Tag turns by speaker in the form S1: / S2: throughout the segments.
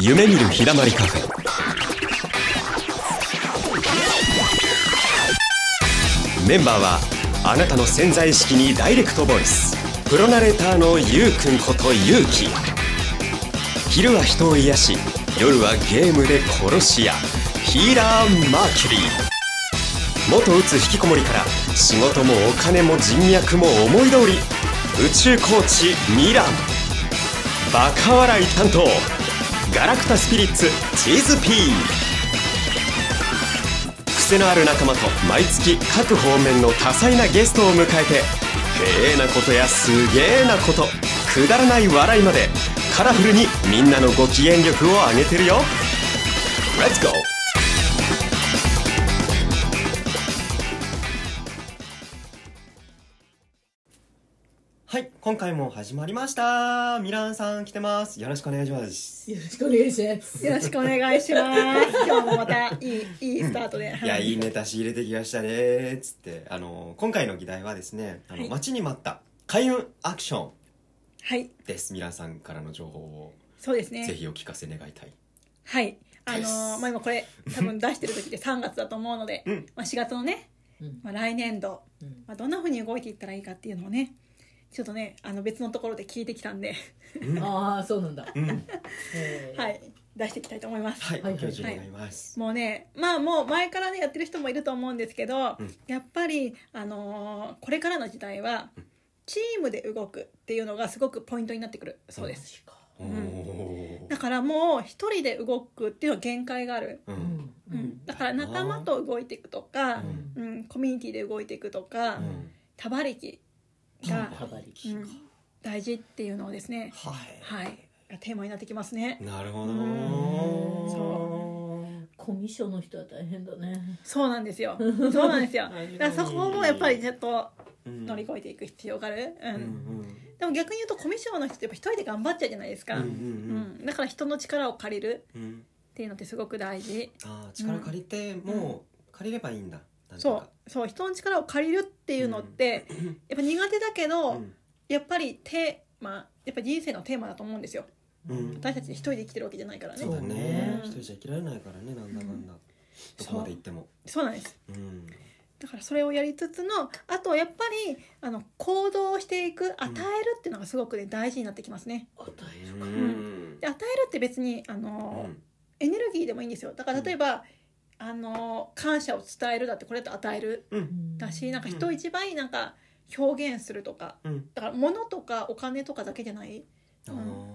S1: 夢見るひだまりカフェメンバーはあなたの潜在意識にダイレクトボイスプロナレーターのゆうくんことゆうき昼は人を癒し夜はゲームで殺し屋ヒーラー・マーキュリー元うつ引きこもりから仕事もお金も人脈も思い通り宇宙コーチミランバカ笑い担当ガラクタスピリッツチーズピー癖のある仲間と毎月各方面の多彩なゲストを迎えてへえなことやすげえなことくだらない笑いまでカラフルにみんなのご機嫌力を上げてるよレッツゴーはい、今回も始まりました。ミランさん来てます。よろしくお願いします。
S2: よろしくお願いします。
S3: よろしくお願い します。今日もまたいい、いいスタートで。
S1: いや、いいネタ仕入れてきましたねー、つって。あの、今回の議題はですね、あの、
S3: はい
S1: 待ちに待った開運アクション
S3: はい、
S1: です。ミランさんからの情報を、
S3: そうです
S1: ぜ
S3: ね。
S1: ひお聞かせ願いたい。
S3: はい。あの
S1: です
S3: ーまあ、今これ、多分出してる時で3月だと思うので、
S1: うん
S3: まあ、4月のね、
S2: うん
S3: まあ、来年度、
S2: うん
S3: まあ、どんな風に動いていったらいいかっていうのをね、ちょっとね、あの別のところで聞いてきたんで、
S2: ああ、そうなんだ。
S1: うん。
S2: へー
S3: はい、出していきたいと思います。
S1: はい、
S2: はい
S1: ご教授願います。
S3: もうねまあもう前からねやってる人もいると思うんですけど、
S1: うん
S3: やっぱり、あのーこれからの時代はチームで動くっていうのがすごくポイントになってくるそうです、
S2: マ
S1: お
S3: ん
S1: お
S3: だからもう一人で動くっていうのは限界がある、
S1: ー。う。
S2: ジか。うんん。
S3: うんだから仲間と動いていくとか、うんコミュニティで動いていくとか、
S1: う
S2: うん
S1: ん。
S3: 他馬力が、
S2: はばりき。
S3: うん大事っていうのをですね
S1: は
S3: はいテーマになってきますね
S1: い。なるほど
S2: うん
S1: ー。
S2: そコミッションの人は大変だね。
S3: そうなんです よそうなんですよだからそこもやっぱりちょっと
S1: うん
S3: 乗り越えていく必要がある、
S1: う
S3: うんん、でも逆に言うとコミュ障の人ってやっぱ一人で頑張っちゃうじゃないです
S1: う
S3: か、
S1: ん。うんう
S3: うん
S1: ん
S3: だから人の力を借りる
S1: うん。うん。
S3: っていうのってすごく大事
S1: ああ、力借りて、もう、借りればいいんだ。なんと
S3: そ
S1: か
S3: うそう人の力を借りるっていうのって、やっぱ苦手だけど、
S1: ん。
S3: やっぱりテーマやっぱ人生のテーマだと思うんですよ
S1: うん
S3: 私たち一人で生きてるわけじゃないからね
S1: そうだね
S2: ね
S1: 一人じゃ生きられないからねなんだかんだ、どこまで行っても
S3: そうなんです
S1: うん
S3: だからそれをやりつつのあとやっぱりあの行動していく与えるっていうのがすごくね大事になってきますね
S2: あ、大
S1: う
S2: 変。
S1: ん
S3: で与えるって別にあ
S1: う
S3: の、
S1: ん
S3: エネルギーでもいいんですよだから例えば、あの感謝を伝えるだってこれだと与えるだしなんか人を一倍なんか表現するとか
S1: うん
S3: だから物とかお金とかだけじゃない
S1: あー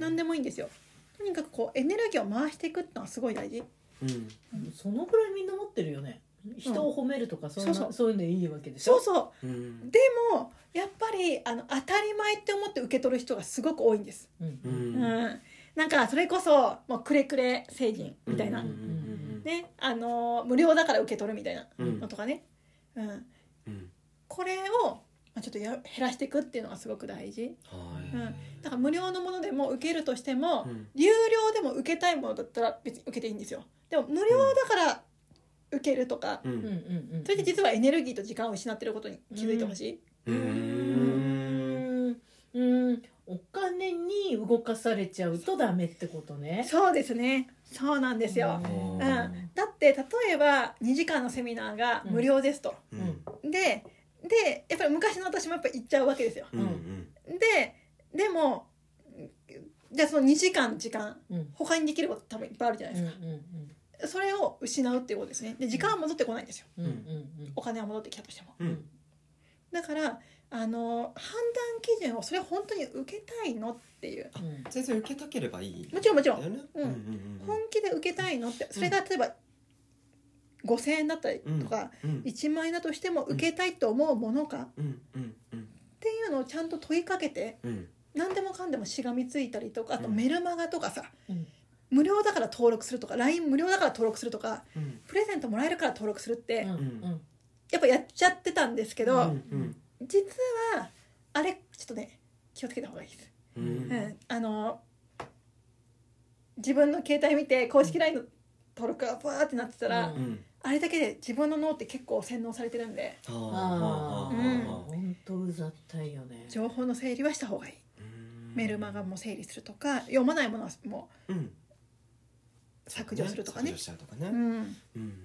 S3: 何でもいいんですよとにかくこうエネルギーを回していくってのはすごい大事
S1: うん
S2: そのぐらいみんな持ってるよね。人を褒めるとか、そんな、
S3: そうそう
S2: そういうのでいいわけでし
S3: そ
S2: ょ
S3: うそううんでもやっぱりあの当たり前って思って受け取る人がすごく多いんです、
S2: う。
S1: うん
S3: うんんなんかそれこそもうくれくれ成人みたいな、
S1: うんうん
S3: ねあのー無料だから受け取るみたいな
S1: うん
S3: のとかね、うん、
S1: うん
S3: これをまあちょっとや減らしていくっていうのがすごく大事
S1: はい
S3: うんだから無料のものでも受けるとしても、
S1: うん
S3: 有料でも受けたいものだったら別に受けていいんですよでも無料だから受けるとか、
S1: う
S2: うんうん
S1: ん
S2: うん。
S3: それで実はエネルギーと時間を失ってることに気づいてほしい、
S1: う
S2: うんん。うん。お金に動かされちゃうとダメってことね。
S3: そうですねそうなんですよ、
S2: うん
S3: うんだって例えば2時間のセミナーが無料ですと、
S1: うんうん
S3: ででやっぱり昔の私もやっぱ行っちゃうわけですよ
S1: うんうん
S3: ででもじゃあその2時間時間
S2: うん。
S3: 他にできること多分いっぱいあるじゃな
S2: う
S3: い
S2: んう
S3: で
S2: ん
S3: すか、それを失うっていうことですねで時間は戻ってこないんですよ
S2: うん。うんうん
S3: お金は戻ってきたとしても
S1: う
S2: うん。うんん。
S3: だからあの判断基準をそれ本当に受けたいのっていう
S2: うん。
S1: 全然受けたければいい
S3: もちろんもちろん
S1: だよね
S3: うん
S1: ん
S3: 本気で受けたいのってそれが例えば5,000円だったりとか、
S1: うん
S3: 1万円だとしても受けたいと思うものかっ
S1: うんうんうん
S3: ていうのをちゃんと問いかけて
S1: うん
S3: 何でもかんでもしがみついたりとかあと
S1: うん
S3: メルマガとかさ、
S2: うん
S3: 無料だから登録するとか LINE 無料だから登録するとか
S1: うん
S3: プレゼントもらえるから登録するって、
S2: うんうん
S3: やっぱやっちゃってたんですけど、
S2: う
S1: うん
S3: 実はあれちょっとね気をつけた方がいいです。
S1: うん
S3: うんあの自分の携帯見て公式 LINE の登録がバーってなってたら、
S2: うん
S1: うん
S3: あれだけで自分の脳って結構洗脳されてるんで
S1: あー
S2: あ
S3: ー
S1: あ
S2: 本当うざったいよね。
S3: 情報の整理はした方がいい、
S1: ー
S3: メルマガも整理するとか読まないものはも
S1: うん
S3: 削除するとかね
S1: 削除しちゃうとかね、
S3: う
S1: うん
S3: ん
S1: うん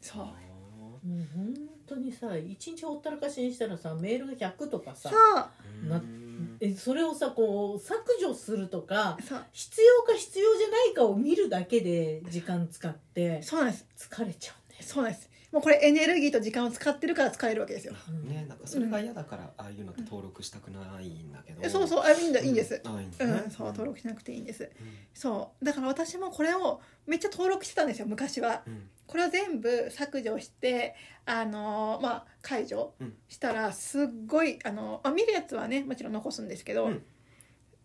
S3: そう
S1: あ
S2: もう本当にさ一日ほったらかしにしたらさメールが100とかさ
S3: さあ
S1: ー
S2: な
S1: うん
S2: えそれをさこう削除するとか
S3: さ
S2: 必要か必要じゃないかを見るだけで時間使って
S3: そうなんです
S2: 疲れちゃうんだよ
S3: そうなんですもうこれエネルギーと時間を使ってるから使えるわけですよ
S1: ねなんかそれが嫌だからああいうのって登録したくないんだけど、
S3: えそうそううあいいんだいいんです
S1: あいいんだ
S3: う
S1: ね、
S3: んそう登録しなくていいんです
S1: うん
S3: そうだから私もこれをめっちゃ登録してたんですよ昔は
S1: うん
S3: これを全部削除してあのーまあ解除
S1: うん
S3: したらすっごいあのー、まあ、見るやつはねもちろん残すんですけど、
S1: うん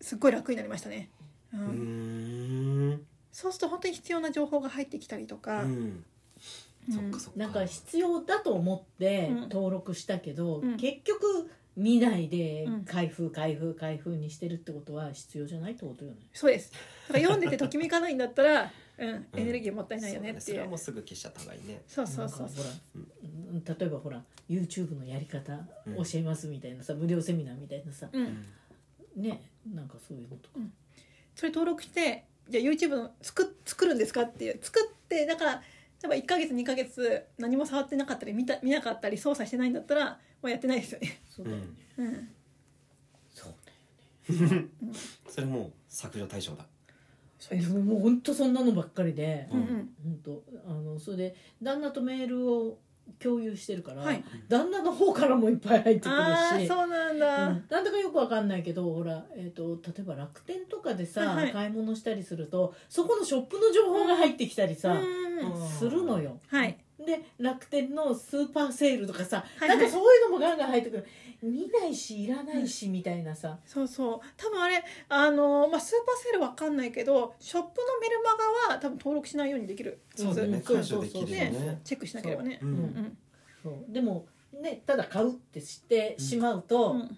S3: すっごい楽になりましたね、うん
S1: うーん
S3: そうすると本当に必要な情報が入ってきたりとか、
S1: うん
S3: うん
S1: そっかそっか
S2: なんか必要だと思って
S3: うん
S2: 登録したけど、
S3: うん
S2: 結局見ないで
S3: うん
S2: 開封開封開封にしてるってことは必要じゃないってことよね。
S3: そうですだから読んでてときめかないんだっ たら、うん、
S1: うん
S3: エネルギーもったいないよねっ
S1: そ
S3: て
S1: うだねそ
S3: い
S1: れ
S3: う、
S1: はもうすぐ消しちゃった方がいいね
S3: そうそうそうそう
S2: なんかほら、うん例えばほら YouTube のやり方
S1: うん
S2: 教えますみたいなさ、無料セミナーみたいなさ
S3: う
S1: うんん
S2: ねなんかそういうのとか。
S3: それ登録してじゃあ YouTube の作作るんですかっていう作ってだから例えば1か月2か月何も触ってなかったり見た見なかったり操作してないんだったらもうやってないですよね、
S2: そうだよね。
S3: うん、
S2: そうね。
S1: それもう削除対象だ
S2: えもう本当そんなのばっかりで
S1: う
S3: うんん
S2: 本当あのそれで旦那とメールを共有してるから、
S3: はい
S2: 旦那の方からもいっぱい入ってくるし
S3: ああそうなんだ、
S2: うんなんだかよくわかんないけどほら、えー、と例えば楽天とかでさ、
S3: はいはい
S2: 買い物したりするとそこのショップの情報が入ってきたりさ、
S3: うん
S1: うん
S2: するのよ。
S3: はい
S2: で楽天のスーパーセールとかさ、
S3: はいはい
S2: なんかそういうのもガンガン入ってくる見ないしいらないしみたいなさ、
S3: そうそう多分あれあのーまあスーパーセールわかんないけどショップのメルマガは多分登録しないようにできる
S1: そうだよね
S2: そう
S1: 解除できるよね
S3: そうチェックしなければね
S1: う
S3: うんん
S2: そうでもねただ買うってしてしまうと、
S3: うん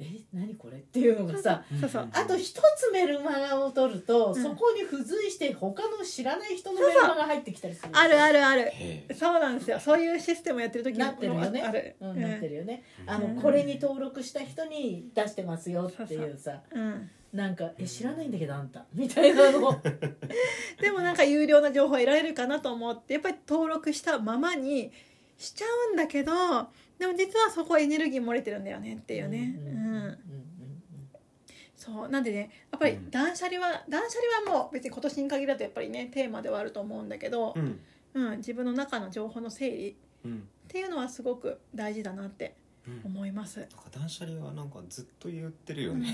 S2: え何これっていうのがさ
S3: そうそう
S2: あと一つメルマガを取ると、
S3: うん
S2: そこに付随して他の知らない人のメルマガが入ってきたりする
S3: あるあ
S2: る、
S3: るある
S1: へえ
S3: そうなんですよそういうシステムやってる時に
S2: なってるよね
S3: ある
S2: うん、なってるよね、
S1: うん
S2: あ
S3: うん
S2: のこれに登録した人に出してますよっていうさ
S3: うん
S2: なんか「え知らないんだけどあんた」みたいなの
S3: でもなんか有料な情報得られるかなと思ってやっぱり登録したままにしちゃうんだけどでも実はそこはエネルギー漏れてるんだよねっていうね
S2: うん
S3: う
S2: うんうんうん
S3: んそうなんでねやっぱり
S1: うん
S3: 断捨離は断捨離はもう別に今年に限らずやっぱりねテーマではあると思うんだけど
S1: う、ん
S3: うん、自分の中の情報の整理
S1: うん
S3: っていうのはすごく大事だなって
S1: うん
S3: 思います。
S1: なんか断捨離はなんかずっと言ってるよ
S3: うん
S1: ね、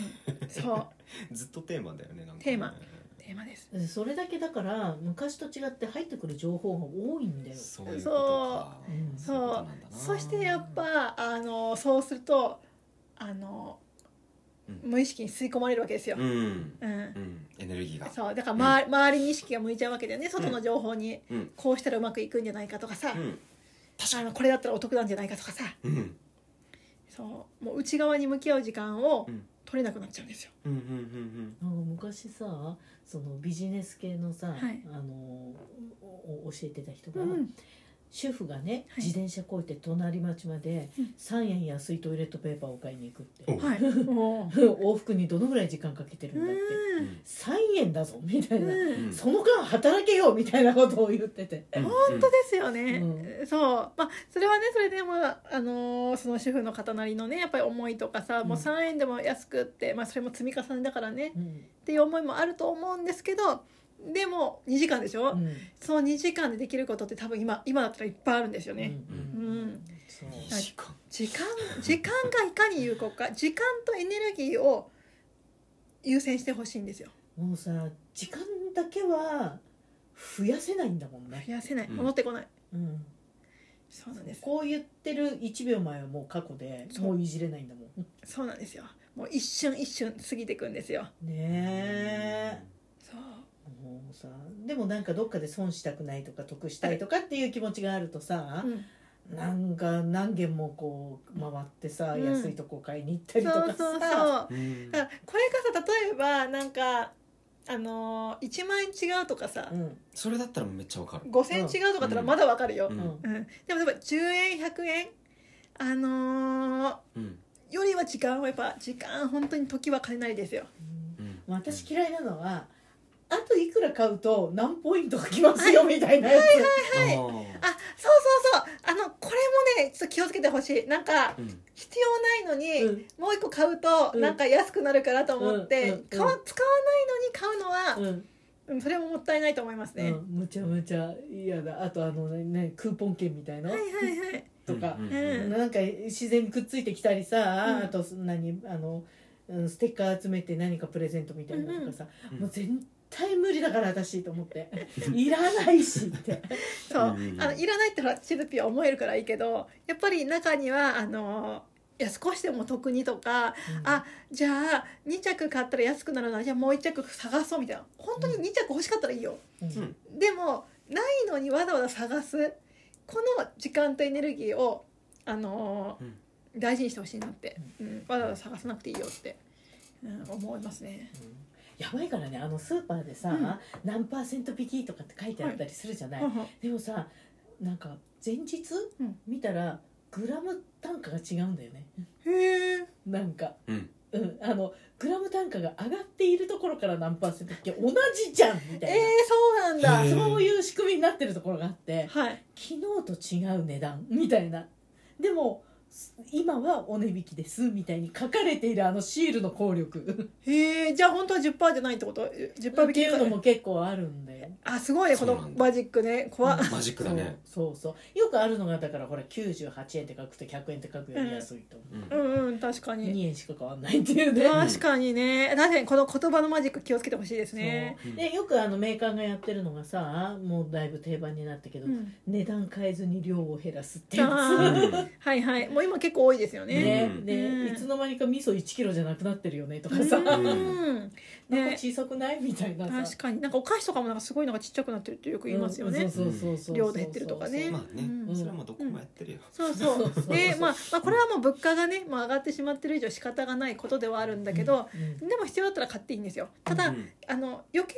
S3: そう
S1: ずっとテーマだよねなんかね
S3: テーマテーマ です。
S2: うんそれだけだから昔と違って入ってくる情報が多いんだよ、
S1: そういうことか
S2: うん
S1: そういうことなんだな
S3: そしてやっぱあのそうするとあの、
S1: うん
S3: 無意識に吸い込まれるわけですよ。
S1: うん、うん
S3: うん
S1: エネルギーが
S3: そうだから、ま周りに意識が向いちゃうわけだよね外の情報に、
S1: うん
S3: こうしたらうまくいくんじゃないかとかさ、
S1: うん確か
S3: あ
S1: に
S3: のこれだったらお得なんじゃないかとかさ
S1: うん
S3: そうもう内側に向き合う時間を
S1: うん
S3: 取れなくなっちゃうんですよ。
S1: うんうんうん
S2: なんか昔さそのビジネス系のさ、
S3: はい
S2: あのおお教えてた人
S3: う
S2: が、
S3: ん、
S2: 主婦がね、
S3: はい
S2: 自転車こいて隣町まで
S3: うん
S2: 3円安いトイレットペーパーを買いに行くって、
S1: お
S3: はい、も
S2: 往復にどのぐらい時間かけてる
S3: う、
S2: んだって、
S1: う
S3: うん
S1: ん
S2: 3円だぞみたいな、
S3: うん、
S2: その間働けよみたいなことを言ってて、
S1: うん
S3: 本当ですよね、
S2: う
S3: そうまあそれはねそれでもあのーその主婦の方なりのねやっぱり思いとかさ、もう
S2: うん
S3: 3円でも安くって、まあ、それも積み重ねだからね
S2: うん
S3: っていう思いもあると思うんですけどでも2時間でしょ、
S2: うん
S3: その2時間でできることって多分今今だったらいっぱいあるんですよね、
S2: うん
S3: うん
S2: そう
S1: 二時間
S3: 時間時間がいかに有効か時間とエネルギーを優先してほしいんですよ
S2: もうさ時間だけは増やせないんだもんね、
S3: 増やせない
S1: うん
S3: 戻ってこない、
S2: うん、
S3: そうなんです
S2: こう言ってる1秒前はもう過去で
S3: そう
S2: もういじれないんだもん
S3: そうなんですよもう一瞬一瞬過ぎていくんですよ
S2: ねえ
S3: そう
S2: もうさでもなんかどっかで損したくないとか得したいとかっていう気持ちがあるとさ、
S3: うん
S2: なんか何軒もこう回ってさ、
S3: うん
S2: 安いとこ買いに行ったりと
S3: そう
S2: か
S3: そうそうだ
S2: さ
S3: か
S1: うん
S3: らこれがさ例えばなんかあのー、1万円違うとかさ
S2: う、ん
S1: それだったらめっちゃわかる
S3: 5,000円違うとかだったらまだわかるよ
S1: う、ん
S3: うんでも例えば10円100円あのー
S1: うん
S3: よりは時間はやっぱ時間本当に時は金なりですよ
S1: うん
S2: まあ私嫌いなのはああといくら買うと何ポイントがきますよみたいなやつ、
S1: はい
S3: あそうそうそうあのこれもねちょっと気をつけてほしいなんか
S1: うん
S3: 必要ないのに、
S2: うん
S3: もう一個買うと、
S2: うん
S3: なんか安くなるからと思って、
S2: うんうんうん
S3: 買わ使わないのに買うのは、
S2: うん
S3: うんそれももったいないと思いますね、
S2: うんむちゃむちゃ嫌だあとあのねねクーポン券みたいの、
S3: はいはいはい
S2: とか
S1: うん
S3: うん
S2: なんか自然にくっついてきたりさ、
S3: うん
S2: あと何あのうんステッカー集めて何かプレゼントみたいなのとかさ、
S1: うんうん
S2: もう絶対無理だから私と思っていらないしっ て
S3: そう、
S1: うんうんうん
S3: あのいらないってほらチルピは思えるからいいけどやっぱり中にはあのいや少しでも得にとかあじゃあ2着買ったら安くなるなじゃあもう1着探そうみたいな本当に2着欲しかったらいいよ、
S2: うん
S1: うん
S3: でもないのにわざわざ探すこの時間とエネルギーを、あのー大事にしてほしいなって、うん、わざわざ探さなくていいよって、うん、思いますね。
S2: やばいからねあのスーパーでさ、
S3: うん
S2: 何パーセント引きとかって書いてあったりするじゃない、でもさなんか前日、
S3: うん
S2: 見たらグラム単価が違うんだよね
S3: へえ
S2: なんか。
S1: うん
S2: うん、あのグラム単価が上がっているところから何パーセント引き同じじゃんみ
S3: え
S2: た
S3: ー
S2: いな、、
S3: そうなん
S1: へ
S3: だ。
S1: ー
S2: そういう仕組みになってるところがあって
S3: はい。
S2: 昨日と違う値段みたいなでもす今はお値引きですみたいに書かれているあのシールの効力
S3: へえじゃあ本当は10%じゃないってこと
S2: って
S3: ?10% 引き
S2: いうのも結構あるんだよ
S3: あすごいねこ
S1: そう
S3: の
S1: なんだ
S3: マジックね怖っ、
S1: マジックだね
S2: そうそうそうよくあるのがだからほら98円って書くと100円って書くより安いと思
S1: う
S2: う、
S1: ん
S3: うんうん確かに
S2: 2円しか変わんないっていうね、
S1: ん
S3: 確かにね確かにこの言葉のマジック気をつけてほしいですね
S2: そうでよくあのメーカーがやってるのがさもうだいぶ定番になったけど、
S3: うん
S2: 値段変えずに量を減らすって
S1: う
S3: あ
S2: や
S1: ん
S3: はいはいもう今結構多いですよ
S2: つ
S3: ね
S2: ね
S1: うん
S2: で、
S3: うん
S2: いつの間にか味噌1キロじゃなくなってるよねとかさ、なんか
S3: うんね
S2: 小さくないみたいなさ
S3: 確かになんかお菓子とかもなんかすごいのがちっちゃくなってるってよく言いますよ
S2: うん
S3: ね、
S2: そうそうそうそう
S3: 量で減ってるとかね
S1: まあね、
S3: うん
S1: それはもうどこもやってるよ、
S3: そうそう
S2: そうそう
S3: で、まあ、まあこれはもう物価がね、まあ、上がってしまってる以上仕方がないことではあるんだけど、
S2: うん
S3: でも必要だったら買っていいんですよただ、
S1: うん
S3: あの余計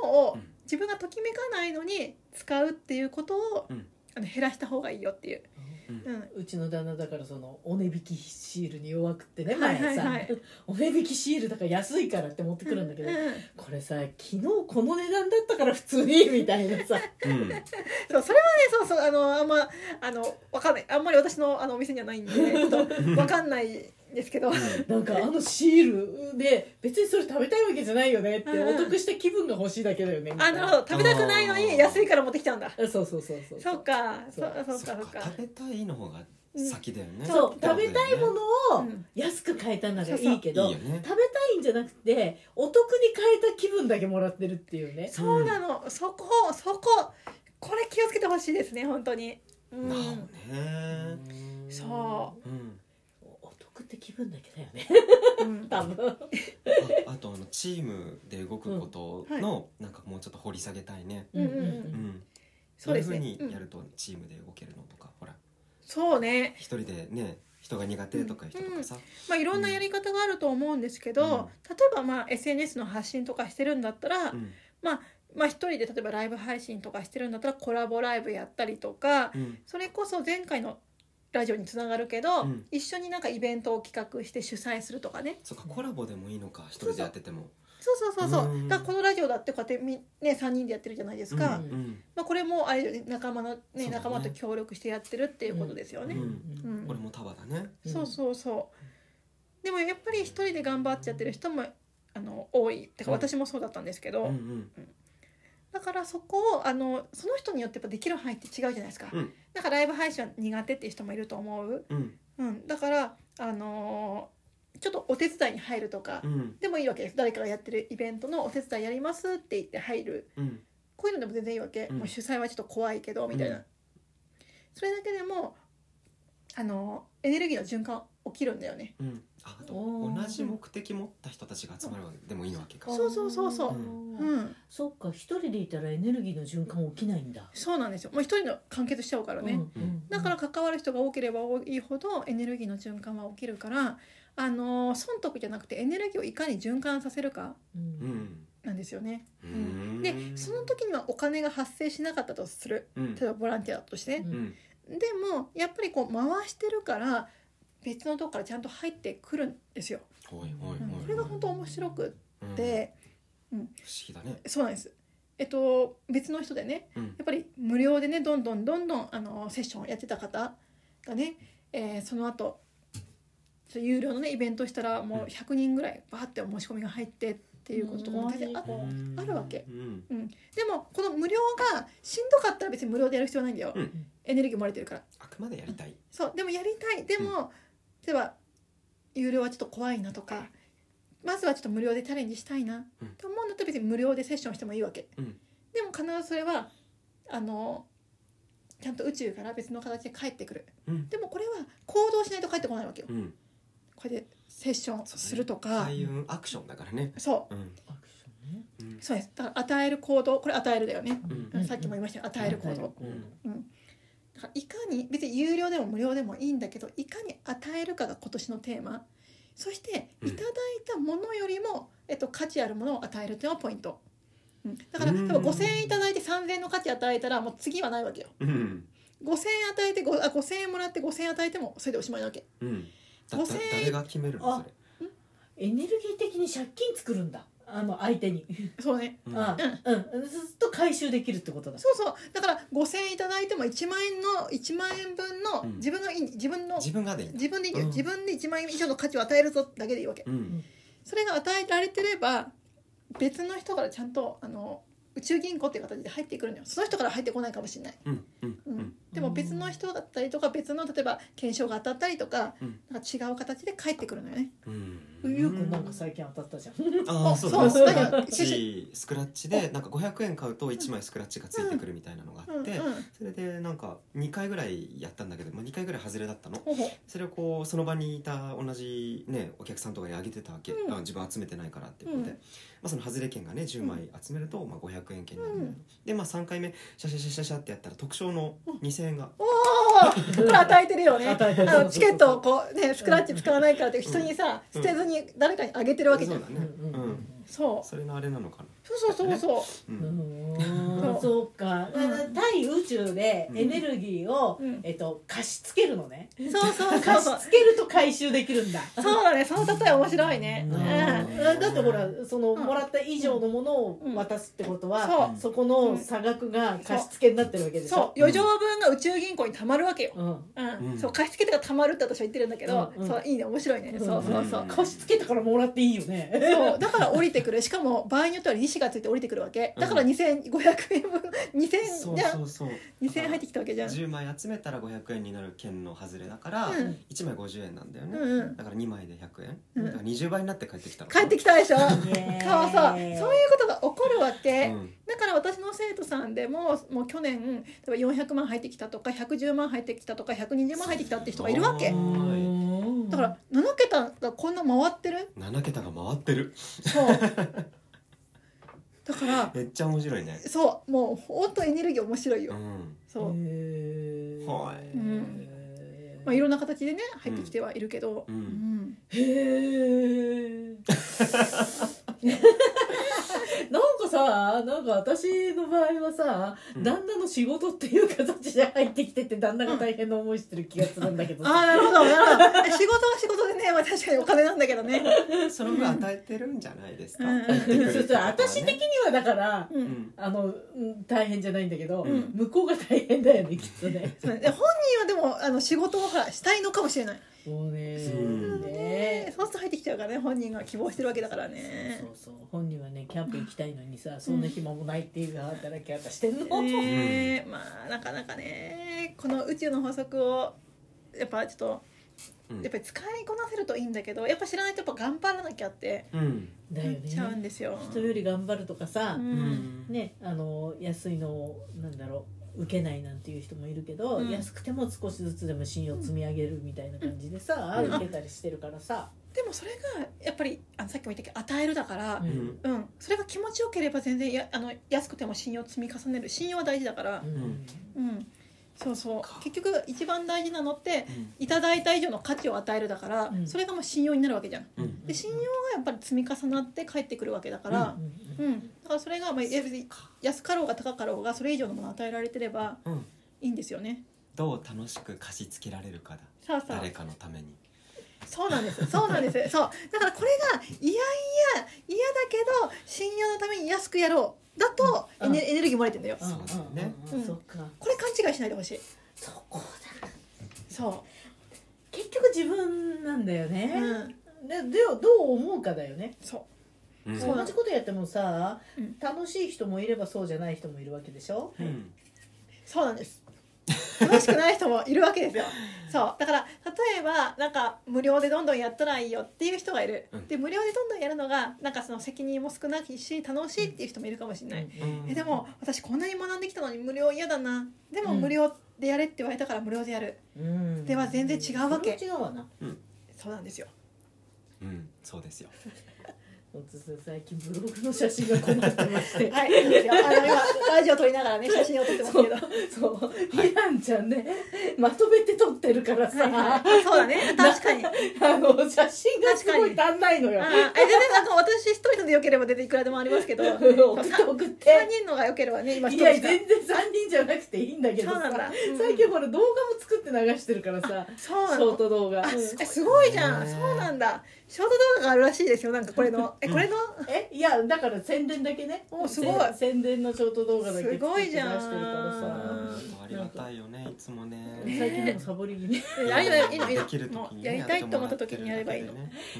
S3: なものを
S1: うん
S3: 自分がときめかないのに使うっていうことを、
S1: うん
S3: あの減らした方がいいよっていう、うん、
S2: うちの旦那だからそのお値引きシールに弱くってね
S3: は
S2: 前
S3: い
S2: さ、
S3: はいはい
S2: お値引きシールだから安いからって持ってくるんだけど、
S3: うう
S2: これさ昨日この値段だったから普通にみたいな さ
S1: うん
S3: そうそれはねそうそうあのあんまあのわかんないあんまり私のあのお店にはないんでちょっとわかんないですけど、
S2: なんかあのシールで別にそれ食べたいわけじゃないよねって
S3: うん
S2: お得した気分が欲しいだけだよねみた
S3: あ
S2: い
S3: なる
S2: な
S3: ほど食べたくないのに安いから持ってきたんだ
S2: あそうそうそうそう
S3: そうかそ
S2: そう
S3: うそう
S1: そ
S3: か
S1: っ
S3: そう
S1: か
S3: か
S1: 食べたいの方が先だよね、
S2: そう食べたいもの
S3: う
S2: を
S3: ん
S2: 安く買えたな
S3: そ
S2: ら
S3: う
S2: い
S3: そう
S2: いけど、
S1: いいよね
S2: 食べたいんじゃなくてお得に買えた気分だけもらってるっていうね
S3: そうなの、そこそここれ気をつけてほしいですね本当にうん
S1: なおね
S3: そ
S1: うん
S2: お得って気分だけだよ ね
S3: う、うん、
S2: 多分
S1: ああとあのチームで動くこと
S3: うん
S1: の、なんかもうちょっと掘り下げたいね、
S3: うんうんうん
S1: うん、
S3: そうです
S1: いう
S3: ね
S1: 風
S3: う
S1: にや
S3: ん、
S1: るとチームで動けるのとかほら
S3: そうね
S1: 一人でね人が苦手とか人とかさ、
S3: まあいろんなやり方があると思うんですけど、
S1: うん
S3: 例えばまあ SNS の発信とかしてるんだったら、
S1: うん
S3: まあ一人で例えばライブ配信とかしてるんだったらコラボライブやったりとか、
S1: うん
S3: それこそ前回のラジオにつながるけど、
S1: うん
S3: 一緒になんかイベントを企画して主催するとかね
S1: そっかコラボでもいいのか一人でやってても
S3: そうそうそうそう、
S1: うん
S3: だからこのラジオだってこうやってみ、ね、3人でやってるじゃないですか、
S2: うん
S1: うん
S3: まあ、これもあれだよね仲間の、ね
S1: だね
S3: 仲間と協力してやってるっていうことですよね、
S1: うん
S3: うん
S1: これも束だね
S2: うん
S3: そうそうそうでもやっぱり一人で頑張っちゃってる人もあの多いてか
S1: うん
S3: 私もそうだったんですけ
S1: う
S3: ど、
S1: んうん
S3: だからそこをあのその人によってやっぱできる範囲って違うじゃないですか、
S1: うん
S3: だからライブ配信は苦手っていう人もいると思う、
S1: うん
S3: うん、だからあのーちょっとお手伝いに入るとか、
S1: うん
S3: でもいいわけです誰かがやってるイベントのお手伝いやりますって言って入る
S1: うん
S3: こういうのでも全然いいわけ、
S1: うん
S3: もう主催はちょっと怖いけどみたいな、
S1: うん
S3: それだけでもあのエネルギーの循環起きるんだよね
S1: うんああと
S2: おー
S1: 同じ目的持った人たちが集まるわけでもいいわけか
S3: そうそうそうそ
S2: う
S3: う
S2: ん
S3: うん
S2: そっか一人でいたらエネルギーの循環起きないんだ
S3: そうなんですよもう一人の完結しちゃうからね、
S2: うんうん
S3: だから関わる人が多ければ多いほどエネルギーの循環は起きるからあの損得じゃなくてエネルギーをいかに循環させるか
S2: うん
S1: うん
S3: なんですよね、
S1: う
S3: うん
S1: ん
S3: でその時にはお金が発生しなかったとする
S1: うん
S3: 例えばボランティアだとしてね、
S1: うん
S3: でもやっぱりこう回してるから別のとこからちゃんと入ってくるんですよ。
S1: おいおいおい
S3: これが本当面白くっ
S1: うん
S3: て、
S1: 議だね
S3: そうなんですえっと別の人でね
S1: うん
S3: やっぱり無料でねどんどんどんどんあのセッションをやってた方がね、えーその後そう有料のねイベントしたらもう100人ぐらいバーってお申し込みが入ってっていうこととかも全然あっ
S1: うん
S3: あるわけ
S1: うん
S3: でもこの無料がしんどかったら別に無料でやる必要ないんだよ、
S1: うん
S3: エネルギーもらえてるから
S1: あくまでやりたい
S3: そうでもやりたいでも、例えば有料はちょっと怖いなとかまずはちょっと無料でチャレンジしたいな、
S1: うん
S3: と思うんだったら別に無料でセッションしてもいいわけ、
S1: うん
S3: でも必ずそれはあのちゃんと宇宙から別の形で帰ってくる、
S1: うん
S3: でもこれは行動しないと帰ってこないわけよ、
S1: うん
S3: これでセッションするとか
S1: 開運アクションだからね
S3: そう
S1: うん
S2: アクションね
S1: うん
S3: そうですだから与える行動これ与えるだよね、
S1: うん
S3: うんさっきも言いましたよ与える行動、
S1: うん
S3: だからいかに別に有料でも無料でもいいんだけどいかに与えるかが今年のテーマそして
S1: うん
S3: いただいたものよりも、えっと、価値あるものを与えるっていうのがポイント、うん、だから
S1: う
S3: 例え
S1: ん
S3: ば5,000円いただいて3,000円の価値与えたらもう次はないわけよ
S1: うん
S3: 5,000円与えて 5, あ5,000円もらって5,000円与えてもそれでおしまいなわけ
S1: うんだ
S3: 五
S1: だ
S3: 千円
S1: 誰が決めるのそれ
S2: エネルギー的に借金作るんだあの相手に、
S3: そうね
S1: うん
S2: ああうんずっと回収できるってことだ
S3: そうそうだから5,000円いただいても1万円の1万円分の
S1: うん
S3: 自分のいい自分の
S1: 自分がでいいんだ
S3: 自分でいいよ、
S1: うん
S3: 自分で1万円以上の価値を与えるぞだけでいいわけ
S1: うん
S3: それが与えられてれば別の人からちゃんとあの宇宙銀行っていう形で入ってくるのよその人から入ってこないかもしれない、
S1: うんうん
S3: う
S1: うんん
S3: でも別の人だったりとか別の例えば検証が当たったりとか,、
S1: うん
S3: なんか違う形で返ってくるのよね
S1: うん
S2: ゆうくんなんか最近当たったじゃん、
S1: ああ
S3: あ
S1: そう
S3: そう
S1: スク
S2: そう
S1: ラッ
S3: そう
S1: チスクラッチでなんか500円買うと1枚スクラッチがついてくるみたいなのが
S3: う
S1: あ
S3: んう
S1: っ
S3: ん
S1: てそれでなんか2回ぐらいやったんだけど、まあ、2回ぐらい外れだったの
S3: ほうほう
S1: それをこうその場にいた同じねお客さんとかにあげてたわけ、
S3: うん
S1: あ自分集めてないからっていうことで、
S3: うん
S1: まあ、その外れ券がね10枚集めると、まあ、500円券になるみたいな、
S3: うん
S1: で、まあ、3回目シャシャシャシャシャってやったら特賞の2000円が、
S3: おーこれ与えてる よね
S2: 与えてる
S3: あのチケットをこうねスクラッチ使わないからって人にさ、
S1: うん
S3: 捨てずに誰かにあげてるわけじ
S1: そ
S3: ゃ、
S1: うんだね、うん
S3: そう
S1: それのあれなのかな、
S3: そうそうそうそう
S1: う
S2: うんんうんそうか
S3: うん
S2: 対宇宙でエネルギーを、
S3: うん
S2: えっと、貸し付けるのね
S3: そうそうそう
S2: 貸
S3: そ う
S2: し付けると回収できるんだ
S3: そうだねその例え面白いね、
S1: うん
S3: うん
S2: だってほらその
S3: うん
S2: もらった以上のものを渡すってことは、
S3: そう
S1: うん
S2: そこの差額が貸し付けになってるわけでし
S3: そう
S2: ょ。
S3: 余剰分が宇宙銀行に貯まるわけよ、
S2: うん
S3: うん
S1: うん
S3: そう貸し付けとか貯まるって私は言ってるんだけど、
S2: うんうん
S3: そういいね面白いね、そうそうそう、
S1: ん
S2: 貸し付けたからもらっていいよね。
S3: そうだから降りてくるしかも場合によっては利子がついて降りてくるわけだから
S1: うん
S3: 2500円分
S1: そ
S3: 2000
S1: う
S3: じゃ
S1: そ
S3: ん
S1: うそう
S3: 2000円入ってきたわけじゃん
S1: 10枚集めたら500円になる券の外れだから、
S3: うん
S1: 1枚50円なんだよね、
S3: うんうん
S1: だから2枚で100円、
S3: うん
S1: だから20倍になって帰ってきたの
S3: 帰ってきたでしょそう
S2: ねえ
S3: そうそういうことが起こるわけ、
S1: うん
S3: だから私の生徒さんでももう去年例えば400万入ってきたとか110万入ってきたとか120万入ってきたって人がいるわけ
S1: すごい
S2: うん
S3: だから7桁がこんな回ってる
S1: 7桁が回ってる
S3: そうだから
S1: めっちゃ面白いね
S3: そうもうほんとエネルギー面白いよ、
S1: うん
S3: そう、
S2: へえ
S1: はい
S3: うんまあ、いろんな形でね入ってきてはいるけど、
S1: うん
S2: へえなんかさなんか私の場合はさ、
S1: うん
S2: 旦那の仕事っていう形で入ってきてて旦那が大変な思いしてる気がするんだけど
S3: ああ
S2: さ、
S3: なるほどなるほど仕事は仕事でね、まあ、確かにお金なんだけどね、
S1: その分与えてるんじゃないですか、
S3: うん
S1: 言ってくれ
S2: そ
S1: て
S2: うそう
S1: たからね
S2: 私的にはだから
S3: う、
S1: うんん
S2: あのうん大変じゃないんだけど、
S1: うん
S2: 向こうが大変だよねきっと ね
S3: そうで本人はでもあの仕事をほらしたいのかもしれない、
S2: もうね
S1: うん
S2: ね
S3: そうすると入ってきちゃうからね本人が希望してるわけだからね
S2: そうそう本人はねキャンプ行きたいのにさそんな暇もないっていう働き方してんの、
S3: ねえまあなかなかねこの宇宙の法則をやっぱちょっと
S1: うん
S3: やっぱり使いこなせるといいんだけどやっぱ知らないとやっぱ頑張らなきゃって
S1: うん
S2: だよ
S3: な
S2: ね
S3: っちゃうんですよ。
S2: 人より頑張るとかさ、
S3: うん
S2: ね、あの安いのをなんだろう受けないなんていう人もいるけど、
S3: うん
S2: 安くても少しずつでも信用積み上げるみたいな感じでさ、
S1: うん
S2: 受けたりしてるからさ、
S3: でもそれがやっぱりあのさっきも言ったけど与えるだから、
S1: う
S2: うんん
S3: うんそれが気持ちよければ全然やあの安くても信用を積み重ねる信用は大事だから
S2: う、ん
S3: うんそうそう結局一番大事なのって
S1: うん
S3: いただいた以上の価値を与えるだから、
S2: うん
S3: それがもう信用になるわけじゃん。
S1: うん
S3: で信用がやっぱり積み重なって帰ってくるわけだから
S2: う、ん
S3: うんだからそれが、まあ、え別に安かろうが高かろうがそれ以上のものを与えられてれば
S1: うん
S3: いいんですよね。
S1: どう楽しく貸し付けられるかだ
S3: さあさあ
S1: 誰かのために
S3: そうなんですそうな んですそうだからこれがいやいや嫌だけど信用のために安くやろうだとエネ,、
S2: うん
S3: エネルギー漏れてんだよ、
S2: うん
S3: こ
S1: そうだね
S2: うんうん
S3: うん
S2: そっか
S3: れ勘違いしないでほしい
S2: そこだ
S3: そ
S2: 結局自分なんだよ
S3: う、
S2: ね、
S3: うん、
S2: ででどう思うかだよね
S3: そ
S1: うん
S3: そう
S2: 同じことやってもさ、
S3: うん
S2: 楽しい人もいればそうじゃない人もいるわけでしょ、
S1: うん
S3: うそうなんです楽しくない人もいるわけ ですよそうだから例えばなんか無料でどんどんやったらいいよっていう人がいる、
S1: うん
S3: で無料でどんどんやるのがなんかその責任も少ないし楽しいっていう人もいるかもしれない、えでも私こんなに学んできたのに無料嫌だなでも
S2: うん
S3: 無料でやれって言われたから無料でやる、
S2: うん
S3: では全然違うわけ
S2: それは違うわな
S3: そうなんですよ
S1: うんそうですよ
S2: ほんとさ最近ブログの写真が困ってまして
S3: はいそうですよあの今ラジオ撮りながらね写真を撮ってますけど
S2: そう
S1: はい
S2: イランちゃんねまとめて撮ってるからさ、
S3: そうだね確かにあ
S2: あの写真がすごい
S3: 確
S2: 足んないのよ
S3: あえでねなんか私一人のでよければ出ていくらでもあります けど3
S2: 送って送って
S3: 人のがよければね今一
S2: い
S3: 人
S2: や
S3: し
S2: 全
S3: か
S2: 然3人じゃなくていいんだけど
S3: そうなんだ
S2: さ
S3: うん
S2: 最近ほら動画も作って流してるからさ
S3: そう
S2: シ
S3: な
S2: ョー
S3: の
S2: ト動画う
S3: あ
S2: ん
S3: すえすごいじゃん
S1: ね
S3: そうなんだショート動画があるらしいですよなんかこれ のえこれの
S2: えいやだから宣伝だけね
S3: おすごい
S2: せ宣伝のショート動画だけ
S3: すごいじゃん
S2: 作って出してるからさ
S1: うんありがたいよねいつもね
S2: 最近でもサボり気味
S3: やりたい
S1: できる時
S3: もう
S1: に
S3: や
S1: ね
S3: りたいと思った時にやればいいの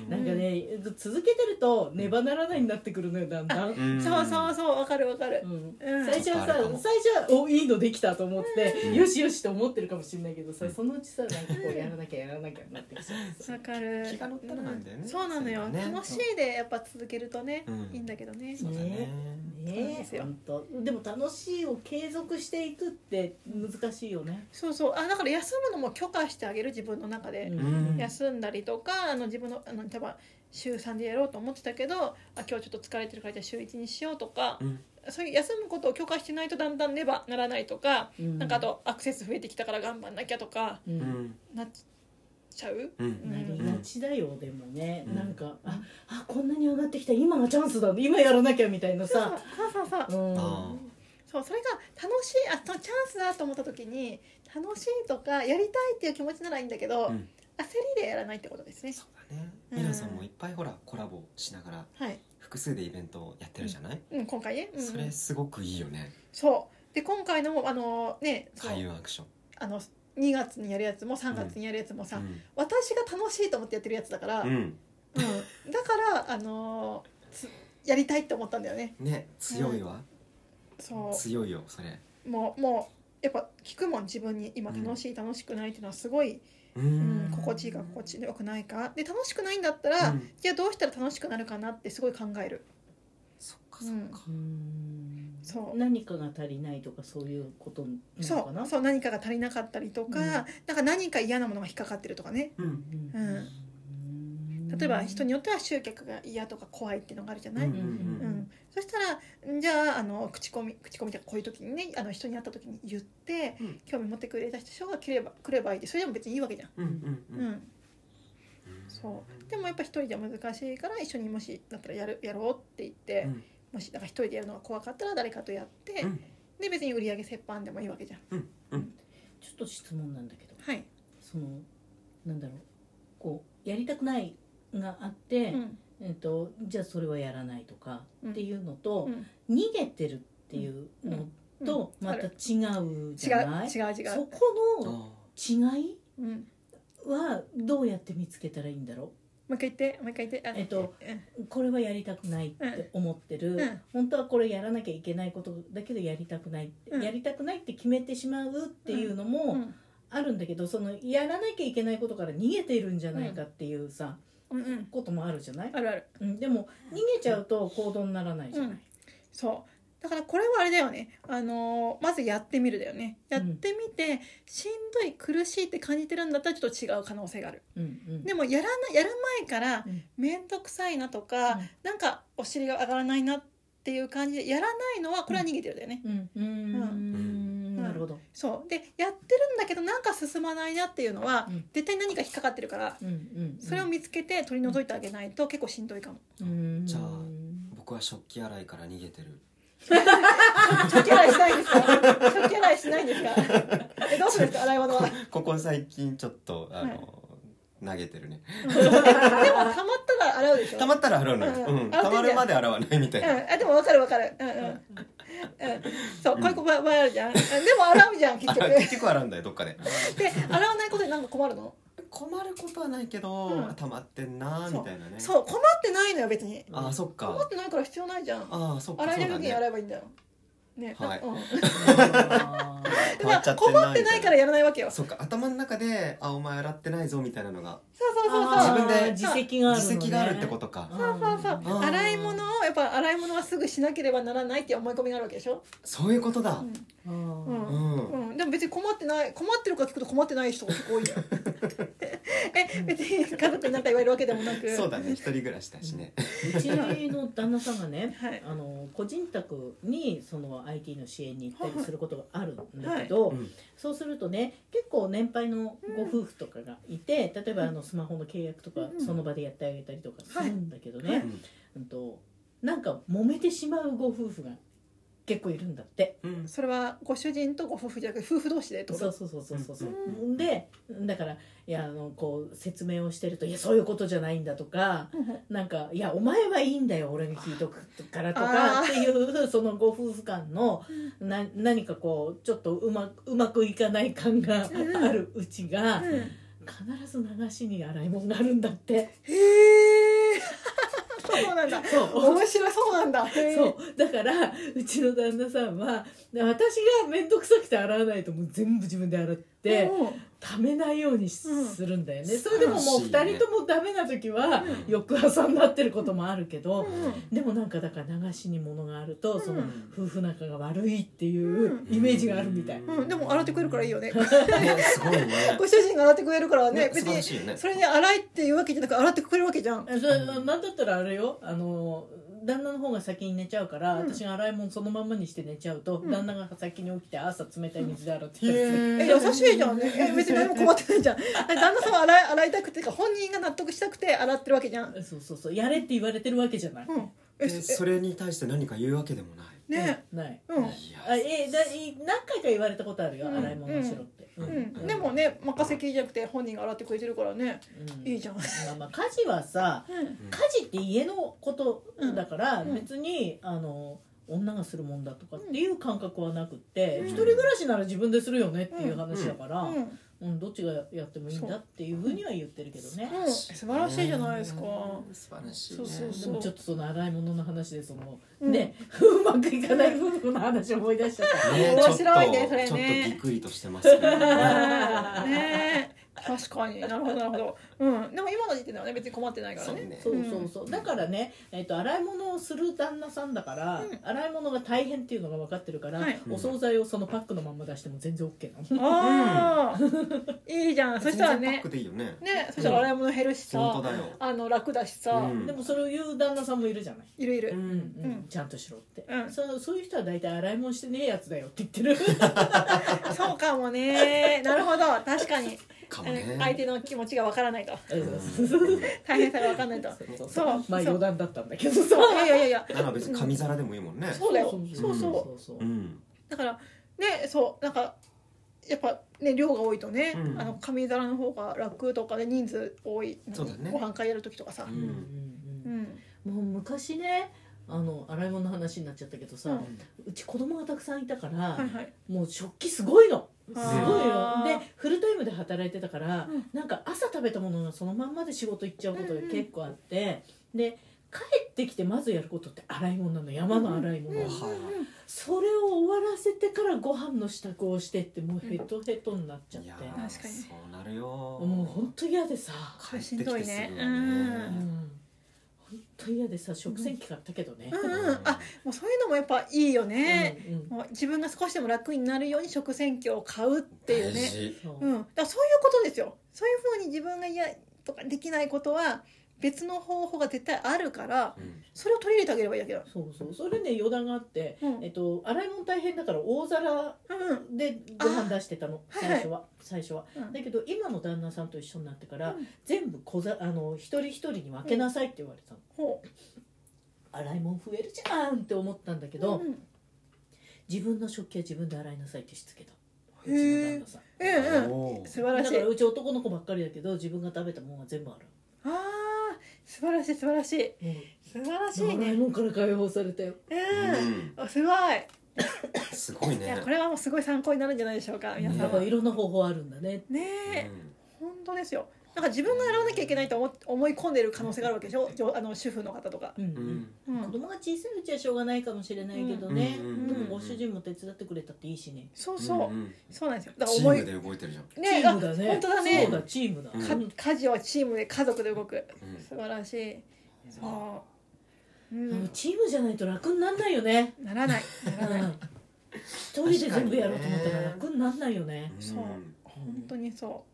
S2: なんかね続けてるとねばならないになってくるのよだんだん、うん
S1: ん
S3: そうそうそうわかるわかるうん
S2: 最初
S1: ちょっ
S2: はさ
S1: とあるかも
S2: 最初はおいいのできたと思って、
S1: うん
S2: よしよしと思ってるかもしれないけどさ、
S1: うん
S2: そのうちさなんかこうやらなきゃやらなきゃになってきちゃ うさ
S3: わかる
S1: 気が乗ったらなんだよね
S3: うんそうなのよ、
S1: そうだね
S3: 楽しいでやっぱ続けるとね、
S1: うん
S3: いいんだけどね
S1: そうだね
S3: そうで
S2: ね
S3: す
S2: え
S3: よ
S2: ほんとでも楽しいを継続していくって難しいよね、
S3: そうそうあだから休むのも許可してあげる自分の中で、
S1: ん
S3: 休んだりとかあの自分のあの例えば週3でやろうと思ってたけどあ今日ちょっと疲れてるからじゃあ週1にしようとか、
S1: うん
S3: そういう休むことを許可してないとだんだんねばならないとか、
S2: うん
S3: なんかあとアクセス増えてきたから頑張んなきゃとか
S2: う
S1: うんん
S3: なっちゃう、
S1: うん
S2: なりがちだよでもね、
S1: うん
S2: なんかああこんなに上がってきた今がチャンスだ今やらなきゃみたいな
S3: そう
S2: さ、
S3: そうそうそう、
S2: うん、
S1: あ
S3: そうそれが楽しいあとチャンスだと思った時に楽しいとかやりたいっていう気持ちならいいんだけど、
S1: あうん
S3: 焦りでやらないってことですね
S1: そうだね
S3: うん
S1: 皆さんもいっぱいほらコラボしながら
S3: はい、
S1: 複数でイベントをやってるじゃない
S3: うん、今回ね、うん、
S1: それすごくいいよね
S3: そうで今回のもあのねそう
S1: 開運アクション
S3: あの2月にやるやつも3月にやるやつもさ、
S1: うん
S3: 私が楽しいと思ってやってるやつだから、
S1: うん
S3: うんだからあのつやりたいって思ったんだよね
S1: ね強いわ
S3: そ
S1: 強いよそれ
S3: うもうもうやっぱ聞くもん自分に今楽しい楽しくないっていうのはすごい、
S1: う
S3: うん、心地いいか心地よくないかで楽しくないんだったら、
S1: うん
S3: じゃあどうしたら楽しくなるかなってすごい考える
S1: そっかそっか
S2: うん
S3: そう
S2: 何かが足りないとかそういうことなの
S3: そ
S2: かな
S3: うそう何かが足りなかったりとか、
S2: うん
S3: なんか何か嫌なものが引っかかってるとかね
S1: うん
S3: 例えば人によっては集客が嫌とか怖いっていうのがあるじゃない、
S1: う
S3: うんん
S1: うんうん
S3: そしたらんじゃああの口コミ口コミとかこういう時にねあの人に会った時に言って、
S1: うん
S3: 興味持ってくれた人が来れば来ればいいってそれでも別にいいわけじゃん、
S1: うんうん
S3: う
S1: うんん
S3: そうでもやっぱ一人じゃ難しいから一緒にもしだったらやるやろうって言って、
S1: うん
S3: もしだから一人でやるのが怖かったら誰かとやって、
S1: うん
S3: で別に売り上げ折半でもいいわけじゃん
S1: うんうん
S2: ちょっと質問なんだけど
S3: はい、
S2: そのなんだろうこうやりたくないがあって、
S3: うん
S2: えっとじゃあそれはやらないとか
S3: うん
S2: っていうのと、
S3: うん
S2: 逃げてるっていうのと
S3: うん
S2: また違う
S3: 違
S2: じゃな
S3: う
S2: い、
S3: 違う違、
S2: そうこ
S1: あ
S2: の違い
S3: うん、も
S2: はどうやって見つけたらいいんだろ
S3: う一回言ってもう一回言ってあ
S2: えっと
S3: うん
S2: うこれはやりたくないって思ってる、
S3: うん
S2: 本当はこれやらなきゃいけないことだけどやりたくない、
S3: うん
S2: やりたくないって決めてしまうっていうのも
S3: ん
S2: あるんだけどそのやらなきゃいけないことから逃げてるんじゃないかっていうさ、
S3: うんうん
S2: こともあるじゃない、
S3: あるある
S2: うん、でも逃げちゃうと行動にならないじゃない。
S3: そうだからこれはあれだよね、あのーまずやってみるだよねやってみて、しんどい苦しいって感じてるんだったらちょっと違う可能性がある
S2: うんうん
S3: でもやらなやる前から
S2: うん
S3: 面倒くさいなとか、
S2: うん
S3: なんかお尻が上がらないなっていう感じでやらないのはこれは逃げてるだよね、
S2: うんうーんなるほど。
S3: そうでやってるんだけどなんか進まないなっていうのは、
S2: うん
S3: 絶対何か引っかかってるから
S2: うんうんうん
S3: それを見つけて取り除いてあげないと結構しんどいかも。
S2: うん
S1: じゃあ僕は食器洗いから逃げてる
S3: 初期洗いしないんですか初 期洗いしないんですかえどうするんですか洗い物は。
S1: ここ最近ちょっとあの、投げてるね
S3: でもたまったら洗うでしょ
S1: たまったら払うのよ、
S3: うん
S1: うん、たまるまで洗わないみたいな、
S3: うん、あでも分かる分かる、うんうんうん、そうこういう子ばばあるじゃんでも洗うじゃん結局
S1: 洗う結局洗うんだよどっかで
S3: で洗わないことになんか困るの、
S1: 困ることはないけど、
S3: うん
S1: たまってんなーみたいなね
S3: そう困ってないのよ別に
S1: あーそっ
S3: 困
S1: か
S3: ってないから必要ないじゃん
S1: あーそっか
S3: 洗え
S1: そう
S3: る
S1: だ
S3: 時に
S1: ね
S3: 洗えばいいんだよね、
S1: はい
S3: う ん、
S2: あ
S3: で
S1: 困っちゃってんなみたいな
S3: 困ってないからやらないわけよそう
S1: そっか頭の中で「あお前洗ってないぞ」みたいなのが
S3: そうそうそう
S2: ー
S1: 自分で
S2: 自責があるのね
S1: 自責があるってことか
S3: そうそうそう
S1: あー
S3: 洗い物をやっぱ洗い物はすぐしなければならないっていう思い込みがあるわけでしょ、
S1: そういうことだ
S2: う
S3: うんん
S1: うん、
S3: うん、でも別に困ってない困ってるか聞くと困ってない人が結構多いよ え別に家族に何か言われるわけでもなく
S1: そうだね一人暮らしだしね
S2: うちの旦那さんがね、
S3: はい
S2: あの個人宅にその IT の支援に行ったりすることがあるんだけ
S1: は
S2: ど
S1: いうん
S2: そうするとね結構年配のご夫婦とかがいて例えばあのスマホの契約とか
S3: うん
S2: その場でやってあげたりとかするんだけどね、
S3: はい
S1: うん
S2: うんとなんか揉めてしまうご夫婦が結構いるんだって。
S1: うん
S3: それはご主人とご夫婦じゃなくて夫婦同士でってこ
S2: そう
S3: と
S2: そうそうそうそうそううでだからいやあのこう説明をしてると「いやそういうことじゃないんだ」とかなんか「いやお前はいいんだよ俺が聞いとくから」とか
S3: あー
S2: っていうそのご夫婦間のな何かこうちょっとうまうまくいかない感が
S3: うん
S2: あるうちが
S3: うん
S2: 必ず流しに洗い物があるんだって
S3: へえそうな んだ
S2: そう
S3: 面白そうなんだへえ
S2: そうだからうちの旦那さんは私が面倒くさくて洗わないともう全部自分で洗って
S3: うん
S2: ためないようにし
S3: うん
S2: するんだよね、それでももう
S1: 素晴らしい
S2: 2
S1: ね
S2: 人ともダメな時は
S3: うん
S2: 翌朝になってることもあるけど、
S3: うん
S2: でもなんかだから流しに物があると、その
S1: うん
S2: 夫婦仲が悪いっていう
S1: うん
S2: イメージがあるみたい、
S1: うん
S3: うん、でも洗ってくれるからいいよね
S1: ねすごい ね
S3: ご主人が洗ってくれるから
S1: ね
S3: ね
S1: 素
S3: 別
S1: 晴ら
S3: に
S1: しいよね
S3: それに洗いっていうわけじゃなく洗ってくれるわけじゃん
S2: えそれなんだったらあれよあの旦那の方が先に寝ちゃうから、
S3: うん
S2: 私が洗い物そのまんまにして寝ちゃうと、
S3: うん
S2: 旦那が先に起きて朝冷たい水で洗ってたりする
S3: え
S1: え
S3: 優しいじゃんねえ別に何も困ってないじゃんえ旦那さんは洗い洗いたくてか本人が納得したくて洗ってるわけじゃん
S2: そうそうそうやれって言われてるわけじゃない、
S3: うんえ
S1: でそれに対して何か言うわけでもない
S3: ね
S2: ない、
S3: うん
S2: ない
S1: いや
S2: あえだい何回か言われたことあるよ、
S3: うん
S2: 洗い物をしろって、う
S3: うんん、でもね任せきりじゃなくて本人が洗ってくれてるからね
S2: うん
S3: いいじゃん、
S2: まあまあ家事はさ
S3: うん
S1: うん
S2: 家事って家のことだから
S3: うん
S2: 別に、あの女がするもんだとかっていう感覚はなくって、
S3: うん
S2: 一人暮らしなら自分でするよねっていう話だから、うん
S3: うん
S2: どっちがやってもいいんだっていうふうには言ってるけどね、
S3: うん素晴らしいじゃないですか
S1: うん素晴らしいね
S3: そうそう
S2: でもちょっとその洗い物の話でその、
S3: うん
S2: ね うまくいかない夫婦の話を思い出しちゃっ た。
S1: ね
S3: 面白いねそれね
S1: ちょっとちょっとびっくりとしてますけど ね
S3: ね確かになるほどなるほど、うん、でも今の時点ではね別に困ってないから
S1: そう
S3: ね
S1: ね
S2: そうそうそう、だからね、えっと洗い物をする旦那さんだから、
S3: うん
S2: 洗い物が大変っていうのが分かってるから、
S3: はい
S2: お惣菜をそのパックのまんま出しても全然 OK なの
S3: ああ、いいじゃんそしたら
S1: 全然パ
S3: ね
S1: ックでいいよね
S3: ねそしたら洗い物減るしさ、
S1: 本当だよ
S3: あの楽だしさ、
S1: うん
S2: でもそれを言う旦那さんもいるじゃない、
S3: いるいうる、
S2: うん
S1: ん
S2: うん
S3: うん
S2: ちゃんとしろって、
S3: うん
S2: そうそういう人は大体洗い物してねえやつだよって言って る
S3: そうかもねなるほど確かに
S1: かも
S3: うん相
S1: ね
S3: 手の気持ちがわからな いと
S2: そうそうそう
S3: 大変さがわからないと
S2: そう
S3: そう
S2: まあ
S3: そう
S2: 余談だったんだけどさ
S3: そういやいやいやいや
S1: なら別に紙皿でもいいもんね
S3: そうだよ
S2: そう
S1: そう
S2: そうそう
S1: うん
S3: だからねそうなんかやっぱね量が多いとね、
S1: うん
S3: あの紙皿の方が楽とかで人数多い
S1: そうだね
S3: ご飯会やる時とかさ、
S1: うん
S3: うん
S2: もう昔ねあの洗い物の話になっちゃったけどさ、
S3: う
S2: うんち子供がたくさんいたから、
S3: はいはい
S2: もう食器すごいのすご
S3: あ
S1: ー
S2: いよでフルタイムで働いてたから、
S3: うん
S2: なんか朝食べたものがそのまんまで仕事行っちゃうことが結構あって、で帰ってきてまずやることって洗い物なの山の洗い
S3: うん
S2: 物、
S3: うん
S1: は
S2: それを終わらせてからご飯の支度をしてってもうヘトヘトになっちゃっ
S1: い
S2: て、
S1: やー
S3: かに
S1: そうなるよ
S2: もう本当嫌でさ、
S1: 帰ってきてすぐはね
S3: しんどいねうん
S2: うん本当嫌でさ食洗機買ったけどね、
S3: うんうんあもうそういうのもやっぱいいよね、
S2: うんうん
S3: もう自分が少しでも楽になるように食洗機を買うっていうね
S1: 大事
S2: そう
S3: うん、だからそういうことですよそういうふうに自分が嫌とかできないことは別の方法が絶対あるから
S1: うん
S3: それを取り入れてあげればいいだけだ、
S2: そうそうそれね余談があって、
S3: うん
S2: えっと、洗い物大変だから大皿
S3: うん
S2: でご飯出してたの
S3: あーは
S2: 最
S3: いはい
S2: 初は、最初は
S3: うん
S2: だけど今の旦那さんと一緒になってから、
S3: うん
S2: 全部小ざあの一人一人に分けなさいって言われたの、
S3: ほう
S2: 洗い物増えるじゃんって思ったんだけど、
S3: うん
S2: 自分の食器は自分で洗いなさいってしつけた
S3: へ
S2: うちの旦那さん
S3: うんうん
S1: おー
S3: 素晴ら
S2: だ
S3: し
S2: か
S3: い
S2: らうち男の子ばっかりだけど自分が食べたものは全部ある、
S3: あー素晴らしい素晴らしい素晴らしい
S2: 長い
S3: ね
S2: もんから解放されたよ
S3: うんあすごい
S1: すごい
S3: い
S1: ね
S3: やこれはもうすごい参考になるんじゃないでしょうか皆さ
S2: だ
S3: ん
S2: か
S3: は
S2: らいろんな方法あるんだね
S3: ねえ本当ですよなんか自分がやらなきゃいけないと思思い込んでる可能性があるわけでしょじょあの主婦の方とか、
S2: うん
S1: うんうん
S3: うん
S2: 子供が小さいうちはしょうがないかもしれないけどね、
S1: うん
S3: うんうんうん
S2: でもご主人も手伝ってくれたっていいしね
S3: そうそう、
S1: んん
S3: そうなんですよだから
S1: チ
S3: 思
S1: ー
S3: い
S1: ムで動いてるじゃん
S3: ね
S2: チームだね
S3: あ本当だね
S2: そうだチームだ、
S1: うん
S3: か家事はチームで家族で動く
S1: うん
S3: 素晴らしいそう、う
S2: でも
S3: ん、
S2: チームじゃないと楽になんないよね、
S3: なら ないならない
S2: 一人で全部やろうと思ったら楽になんないよね
S1: うん
S3: そう本当にそ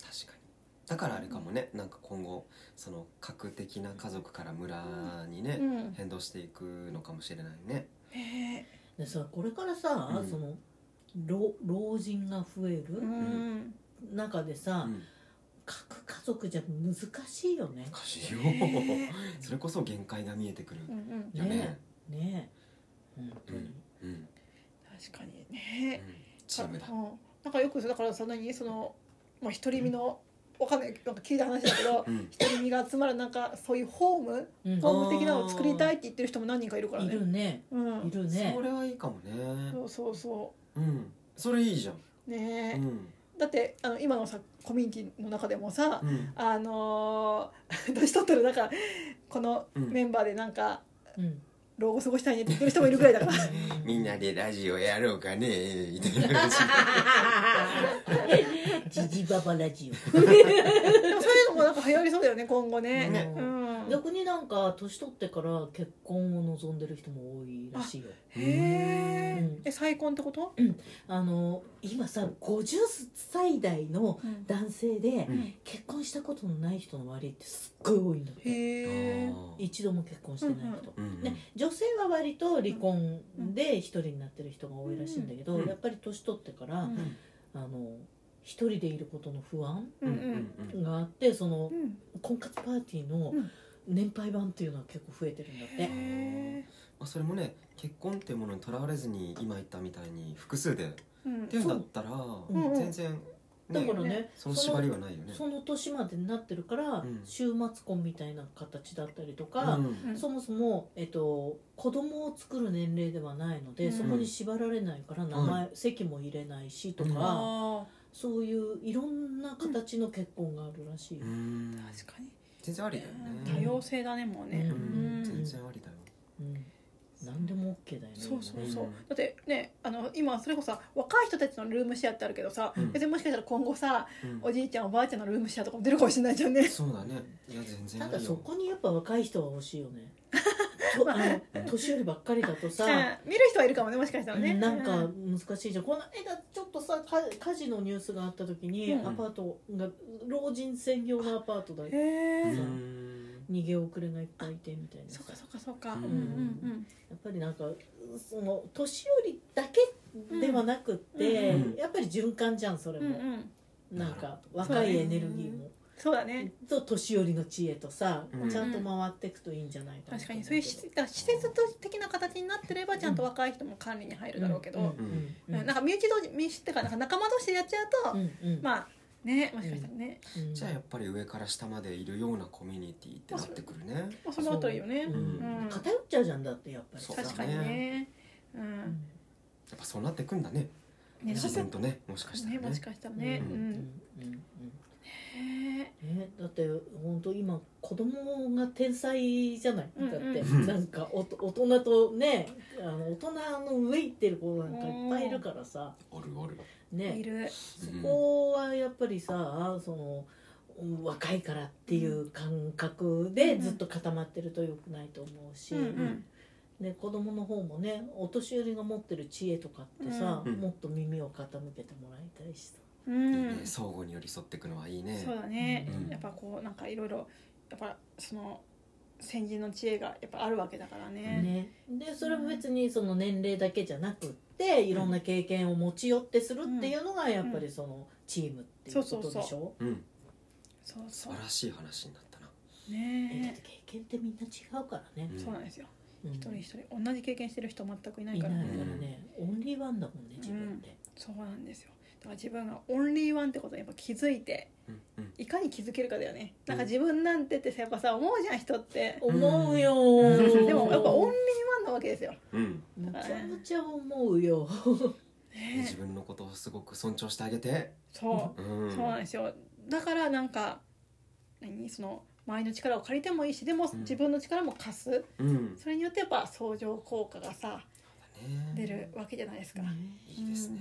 S1: 確かにだからあれかもねなんか今後その核的な家族から村に
S3: う、
S1: ね、
S3: うん
S1: 変動していくのかもしれないね
S3: ね
S2: でさこれからさ、
S1: うん
S2: その老老人が増え
S3: えう
S2: る
S3: ん
S2: 中でさ、
S1: うん
S2: 各家族じゃ難しいよね
S1: おかしいよ、
S3: ね
S1: それこそ限界が見えてくる
S3: うんうん
S1: よね
S2: ねねえ本当に、
S1: うんうん
S3: 確かにね
S1: チームだ
S3: う、ん、なんかよくだからそんなにそのまあ独り身のわかんないなんか聞いた話だけ ど
S1: うん、
S3: 独り身が集まるなんかそういうホーム
S2: うん
S1: あ
S3: ホーム的なのを作りたいって言ってる人も何人かいるから
S2: い
S3: ね
S2: るね
S3: うん
S2: いるね
S1: それはいいかもね
S3: そうそうそ
S1: うんそれいいじゃん、
S3: うねえ、
S1: うん
S3: だってあの今のさコミュニティの中でもさ、
S1: うん
S3: あのー 年取ったらなんかこの
S1: うん
S3: メンバーでなんか
S2: うん
S3: 老後過ごしたいねって言ってる人もいるぐらい だから
S1: みんなでラジオやろうかねみたいな感じ
S2: ジジババラジ
S3: でもそういうのもなんか流行りそうだよね今後ね
S1: ね
S3: う
S2: オ
S3: ん、
S2: 逆になんか年取ってから結婚を望んでる人も多いらしいよ
S3: へー
S2: うん
S3: え再婚ってこと、
S2: あの今さ50歳代の男性で
S1: うん
S2: 結婚したことのない人の割合ってすっごい多いんだって
S3: へえ
S2: 一度も結婚してない人、
S1: うんうん
S2: ね、女性は割と離婚で一人になってる人が多いらしいんだけど、
S1: うん
S2: やっぱり年取ってから、
S3: うん
S2: あの一人でいることの不安
S3: うんうん
S1: うん
S2: があってその
S3: うん
S2: 婚活パーティーの
S3: うん
S2: 年配版っていうのは結構増えてるんだって、
S3: へ
S1: まあ、それもね結婚っていうものにとらわれずに今言ったみたいに複数でっ
S3: ーうん
S1: ていうんだったら、
S2: ん
S1: 全然、ね
S2: だからね
S3: ね
S1: その縛りはないよね。
S2: その年までになってるから、
S1: うん
S2: 週末婚みたいな形だったりと
S1: う
S2: か、
S1: ん
S2: そもそも、えっと、子供を作る年齢ではないので、
S3: うん
S2: そこに縛られないから名前、席も入れないしとか、
S3: あ
S2: そういういろんな形の結婚があるらしい
S1: う
S2: よ、
S1: ん
S3: ー確かに
S1: 全然ありだよ
S3: 多
S1: ね。
S3: 様性だねもうね、
S1: う、
S2: うん
S3: うん
S1: 全然ありだよ。
S2: うん、何でも OK だよね
S3: そうそうそう、
S1: うん
S3: だってねあの今それこそさ若い人たちのルームシェアってあるけどさ、
S1: うん
S3: 別にもしかしたら今後さ
S1: うん
S3: おじいちゃんおばあちゃんのルームシェアとかも出るかもしれないじゃんね
S1: そうだね。いや全然
S2: た
S1: あ
S2: だ
S1: る
S2: そ
S1: よ。
S2: こにやっぱ若い人は欲しいよ ねとあの年寄りばっかりだとさ、
S3: うん見る人はいるかもねもしかしたらね
S2: なん
S3: う
S2: か難しいじゃんこの間ちょっとさか火事のニュースがあった時に、
S3: うん
S2: アパートが老人専業のアパートだ
S3: へえ、
S1: う
S2: そうん逃げ遅れがいっぱいいてみたいなさ
S3: そっかそっかそっか、
S1: う
S3: うんん、うん
S2: やっぱりなんかその年寄りだけではなくって、
S1: うんうん
S2: やっぱり循環じゃんそれ
S3: うんうんう
S2: も、
S3: んうん
S2: なんか若いエネルギーも、
S3: そうだね
S2: と年寄りの知恵とさ、
S1: うん
S2: ちゃんと回っていくといいんじゃないかな
S3: 確かにそういう施だから施設的な形になってればちゃんと若い人も管理に入るだろうけど、
S2: うんうんうん
S3: うんなんか身内同士身内っていうかなんか仲間同士でやっちゃうと、
S2: うんうん
S3: まあねもしかしたらね、
S2: うん
S1: じゃあやっぱり上から下までいるようなコミュニティってなってくるね。
S3: まあ、そのあたりよね、
S2: うん
S3: うん
S2: 偏っちゃうじゃんだってやっぱりさ
S1: そう
S3: 確かにねう
S2: うんん
S1: やっぱそうなってくんだね。
S3: ね
S1: 自然とね、もしかした
S3: ね
S1: ら
S3: も
S1: ね
S3: し。かしたらね、
S1: う
S3: うん
S2: うん
S3: ん
S2: うん
S3: へ
S2: ね、だって本当今子供が天才じゃないだって
S1: うんうん
S2: なんかおと大人とねあの大人の上行ってる子なんかいっぱいいるからさ
S1: おるおる。
S3: えい
S2: ね
S3: る
S2: そこはやっぱりさそのうん若いからっていう感覚でずっと固まってると良くないと思うし、
S3: うんうん
S2: ね、子供の方もねお年寄りが持ってる知恵とかってさ、
S1: うん
S2: もっと耳を傾けてもらいたいしさ、
S3: う
S1: いい
S3: ん
S1: ね相互に寄り添っていくのはいいね。
S3: そうだね、
S1: うん
S3: やっぱこうなんかいろいろやっぱその先人の知恵がやっぱあるわけだからね、
S2: ね、でそれも別にその年齢だけじゃなくっていろんな経験を持ち寄ってするっていうのがやっぱりそのチームっていうことでしょ、
S1: うん、
S3: そう
S1: 素
S3: そ
S1: 晴らしい話になったな。
S3: う
S2: えだっ
S3: ね
S2: て経験ってみんな違うからね、
S3: そうなんですよ
S2: うん
S3: 一人一人同じ経験してる人全くいない
S2: い
S3: か
S2: ないか
S3: ら
S2: らね、オンリーワンだもんね自分って、
S3: そうなんですよだから自分がオンリーワンってことにやっぱ気づいて
S1: うんうん
S3: いかに気づけるかだよね
S1: うん
S3: なんか自分なんてってやっぱさ思うじゃん人って、
S2: 思うよ
S1: う
S2: ー
S1: ん
S3: でもやっぱオンリーワンなわけですよ、
S1: うん
S2: むちゃむちゃ思うよ
S3: ね
S1: 自分のことをすごく尊重してあげて、
S3: そうう、
S1: ん、
S3: そうなんですよだからなんか何その周りの力を借りてもいいしでも
S1: うん
S3: 自分の力も貸す、
S1: うん
S3: それによってやっぱ相乗効果がさ
S1: ね
S3: 出るわけじゃないですか、
S1: いいですね、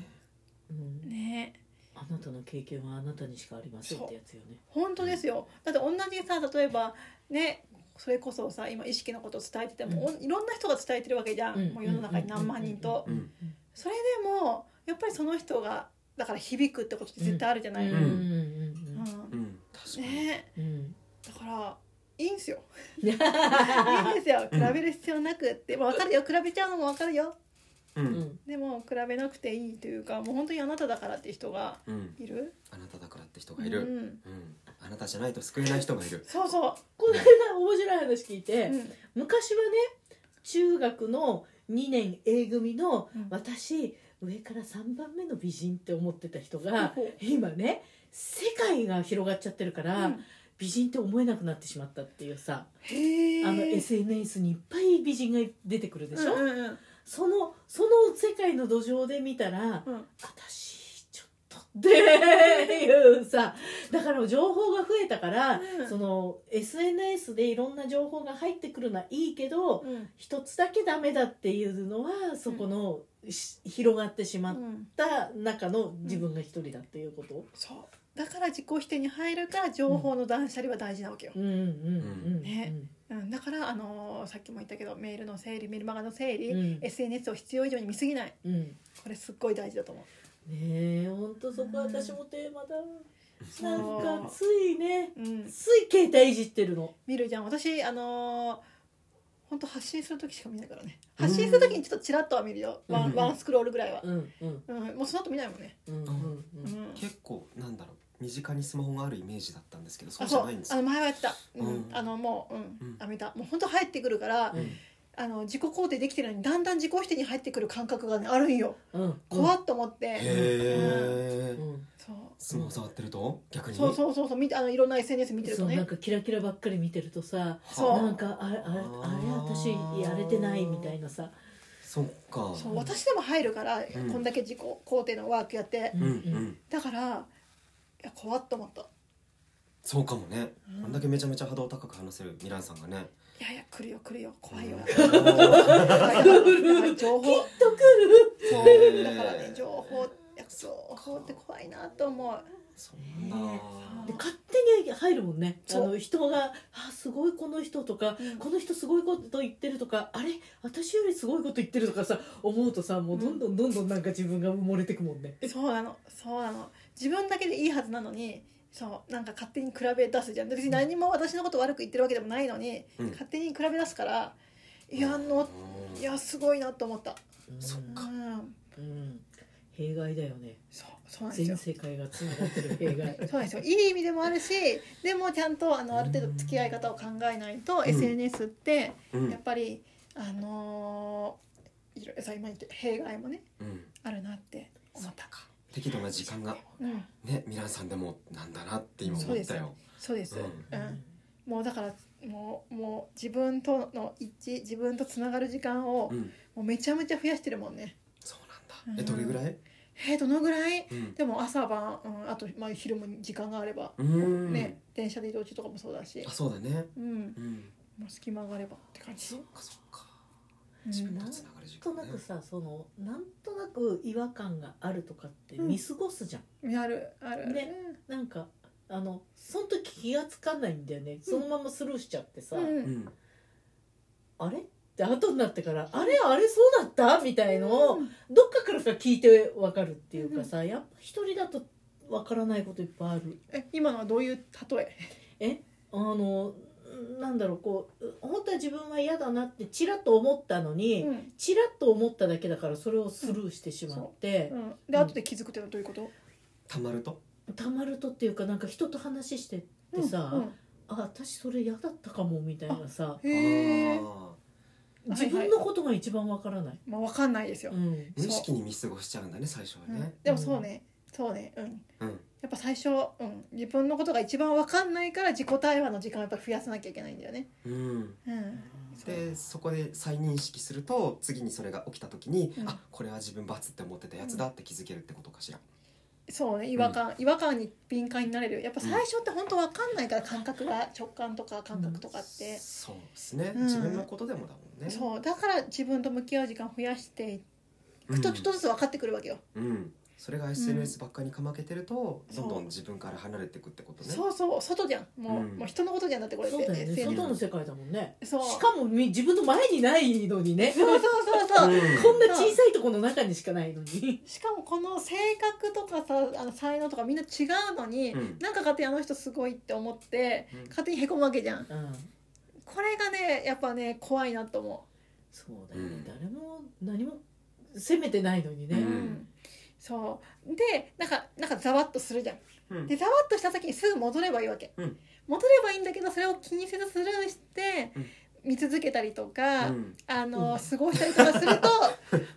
S2: うん
S3: ねえ
S2: あなたの経験はあなたにしかありませんってやつよね
S3: 本当ですよだって同じさ例えばねそれこそさ今意識のことを伝えてても、おいろんな人が伝えてるわけじゃん、
S2: うん
S3: もう世の中に何万人と、
S1: うんうん
S3: それでもやっぱりその人がだから響くってことって絶対あるじゃない、
S2: う
S3: うんん
S2: うん
S1: うん、確かに、
S3: ねえ
S2: うんうん
S3: だからいいんですよいいんですよ比べる必要なくって、まあ、分かるよ比べちゃうのも分かるよ
S1: う
S2: うんうん
S1: ん
S3: でも比べなくていいというかもう本当にあなただからって人が
S1: うん、
S3: いる
S1: あなただからって人がいる、うん
S3: うん、
S1: あなたじゃないと救えない人がいる、
S3: そうそう、
S2: この間面白い話聞いて、
S3: うん
S2: 昔はね中学の2年 A 組の
S3: うん
S2: 私上から3番目の美人って思ってた人が
S3: ほうほう
S2: 今ね世界が広がっちゃってるから、
S3: うん
S2: 美人って思えなくなってしまったっていうさ
S3: へえ
S2: あの SNS にいっぱい美人が出てくるでしょ、
S3: うんうん
S2: そのその世界の土壌で見たら
S3: うん
S2: 私ちょっとっていうさだから情報が増えたから、
S3: うん
S2: その SNS でいろんな情報が入ってくるのはいいけど
S3: うん
S2: 一つだけダメだっていうのはそこの、し広がってしまっ
S3: うん
S2: た中の自分が一人だっていうこと、
S3: そうだから自己否定に入るから情報の断捨離は大事なわけよ、
S2: うん、うんうんうん
S3: ねうん、だから、あのーさっきも言ったけどメールの整理メルマガの整理、
S2: うん
S3: SNS を必要以上に見すぎない
S2: うんね
S3: これすっごい大事だと思う
S2: えほんとそこ私もテーマだ、なんか
S3: そ
S2: ついね
S3: う、うん、
S2: つい携帯いじってるの
S3: 見るじゃん私あの本当発信する時しか見ないからね発信する時にちょっとチラッとは見るよ、ワ
S2: うん
S3: ンワンスクロールぐらいは、
S2: うんうん
S3: うんもうその後見ないもんね、
S2: うんうんうん
S3: うん
S1: 結構なんだろう身近にスマホがあるイメージだったんですけどそ
S3: あ
S1: うじ
S3: そ、
S1: ゃないうんです
S3: あ
S1: よ
S3: の前はやってた、うん
S1: うん
S3: あのもう、うん
S1: うん
S3: あ見たもう本当入ってくるから、
S1: うん
S3: あの自己肯定できてるのにだんだん自己否定に入ってくる感覚が、ね、あるんよ
S2: うん
S3: 怖っと思って、
S1: へえ、
S2: うん
S3: そう
S1: スマホ触ってると逆に
S3: そうそうそうそう見てあのいろんな SNS 見てる
S2: そ
S3: と
S2: うな
S3: ね
S2: んかキラキラばっかり見てるとさ
S3: そう
S2: なんかあれあれあれ私やれてないみたいなさ
S1: そっか
S3: そう私でも入るから、
S1: ん
S3: こんだけ自己肯定のワークやって、
S1: うんう
S2: うん
S1: ん
S3: だからいや怖っと思ったい
S1: そうかもね、
S3: うん
S1: こんだけめちゃめちゃ波動高く話せるミランさんがね
S3: やいや来るよ来るよ怖い
S1: う
S3: よ、
S1: ん
S3: やばいやばいやばい
S2: と
S3: 情報
S2: くる
S3: そうだからね情報いや情報って怖いなと思う
S1: そうなんだ、
S2: ね
S3: え
S2: で勝手に入るもんねあ
S3: そう
S2: の人が「あすごいこの人」とか
S3: うん
S2: 「この人すごいこと言ってる」とか「あれ私よりすごいこと言ってる」とかさ思うとさもうどんどんどんどんなんか自分が埋もれてくもんね
S3: そうなのそうなの自分だけでいいはずなのにそうなんか勝手に比べ出すじゃん別に何も私のこと悪く言ってるわけでもないのに、
S1: うん
S3: 勝手に比べ出すからいやのいやすごいなと思った
S1: そっ
S3: う
S1: か
S3: ん
S2: うん弊害だよね
S3: そうそうなんです
S2: 全
S3: よ
S2: 世界がつながってる弊害
S3: そうなんですよいい意味でもあるしでもちゃんとあのある程度付き合い方を考えないと、SNS って
S1: うん
S3: やっぱりあのーいろいろさ今言って弊害もね
S1: うん
S3: あるなって思ったか、
S1: 適度な時間が
S3: うん、
S1: ねミランさんでもなんだなって今思ったよ
S3: そうです、
S1: う
S3: うんもうだからもうもう自分との一致自分とつながる時間を
S1: うん
S3: もうめちゃめちゃ増やしてるもんね
S1: そうなんだえどれぐらい
S3: えーどのぐらい
S1: うん
S3: でも朝晩、うん、あと、まあ、昼も時間があれば、
S1: うん
S3: ね電車で移動中とかもそうだし
S1: あ、そうだね
S3: うん、
S1: うん
S3: もう隙間があればって感じ
S1: そっ、かそっか
S3: うん
S1: 自分とつながる時
S2: なん
S1: 間
S2: とな
S1: ね
S2: くさそのなんとなく違和感があるとかって
S3: うん
S2: 見過ごすじゃん、
S3: あるあるある、
S2: ねなんかあのその時気がつかないんだよねそのままスルーしちゃってさ、
S3: うん
S1: うん
S2: あれって後になってからあれあれそうだったみたいのを
S3: うん
S2: どっかからか聞いてわかるっていうかさやっぱ一人だとわからないこといっぱいある
S3: え今のはどういう例え
S2: あのなんだろうこう本当は自分は嫌だなってちらっと思ったのに、
S3: うん
S2: ちらっと思っただけだからそれをスルーしてしまって、
S3: うん、で後で気づくってのはどういうこと、
S1: たまると
S2: たまるとっていうかなんか人と話してってさ、
S3: うん
S2: あ私それ嫌だったかもみたいなさ
S3: うんへえ
S1: あ
S3: あ
S2: 自分のことが一番わからない、
S3: まあわかんないですよ、
S2: うん
S1: ー無意識に見過ごしちゃうんだね最初は
S3: うん
S1: ね
S3: でもそうね、そうねうん
S1: うん
S3: やっぱ最初、うん、自分のことが一番分かんないから自己対話の時間をやっぱ増やさなきゃいけないんだよね。
S1: うん、
S3: うん、
S1: でそこで再認識すると次にそれが起きた時に、
S3: うん
S1: あこれは自分罰って思ってたやつだって気づけるってことかしら、
S3: そうね違和感、違和感に敏感になれるやっぱ最初って本当分かんないから感覚が直感とか感覚とかって、
S1: そうですね、
S3: うん
S1: 自分のことでもだもんね
S3: そうだから自分と向き合う時間を増やしていくとちょっとずつ分かってくるわけよ。
S1: うん、うんそれが SNS ばっかりにかまけてると、
S3: うん
S1: どんどん自分から離れていくってことね
S3: そうそう外じゃんもう,、
S1: うん
S3: もう人のことじゃんだってこれって
S2: そうだよね
S3: SNS
S2: 外の世界だもんね
S3: そう
S2: しかもみ自分の前にないのにね
S3: そうそうそうそ
S1: う
S3: う、
S1: ん
S2: こんな小さいとこの中にしかないのに
S3: しかもこの性格とかさあの才能とかみんな違うのに、
S1: うん
S3: なんか勝手にあの人すごいって思って、
S1: うん
S3: 勝手にへこむわけじゃん
S2: うん
S3: これがねやっぱね怖いなと思
S2: そうだよね、
S1: うん
S2: 誰も何も責めてないのに
S3: う、
S2: ね、
S1: うん
S3: そうでなんかなんかざわっとするじゃん
S1: うん
S3: でざわっとした時にすぐ戻ればいいわけ、
S1: うん
S3: 戻ればいいんだけどそれを気にせずスルーして
S1: うん
S3: 見続けたりとか、
S1: うん
S3: あ
S2: う
S3: の
S2: ん
S3: 過ごしたりとかする と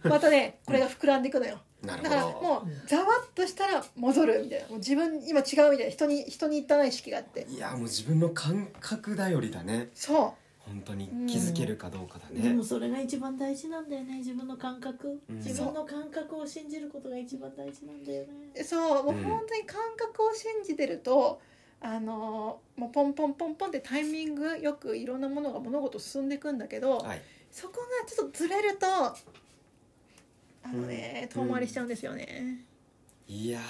S3: またねこれが膨らんでいくのよ
S1: なる
S3: だ
S1: ほ
S3: から
S1: ど
S3: もうざわっとしたら戻るみたいなもう自分今違うみたいな人に人に言ったない意識があって
S1: いやもう自分の感覚頼りだね
S3: そ
S1: 本当に気づけるかどうかだ
S2: で
S1: ね、
S2: もそれが一番大事なんだよね自分の感覚、
S1: うん
S2: 自分の感覚を信じることが一番大事なんだよね
S3: うそうもう
S1: うん
S3: 本当に感覚を信じてると、あのもうポンポンポンポンってタイミングよくいろんなものが物事進んでいくんだけど、
S1: はい
S3: そこがちょっとずれるとあのね
S1: うん
S3: 遠回りしちゃうんですよね。
S1: いや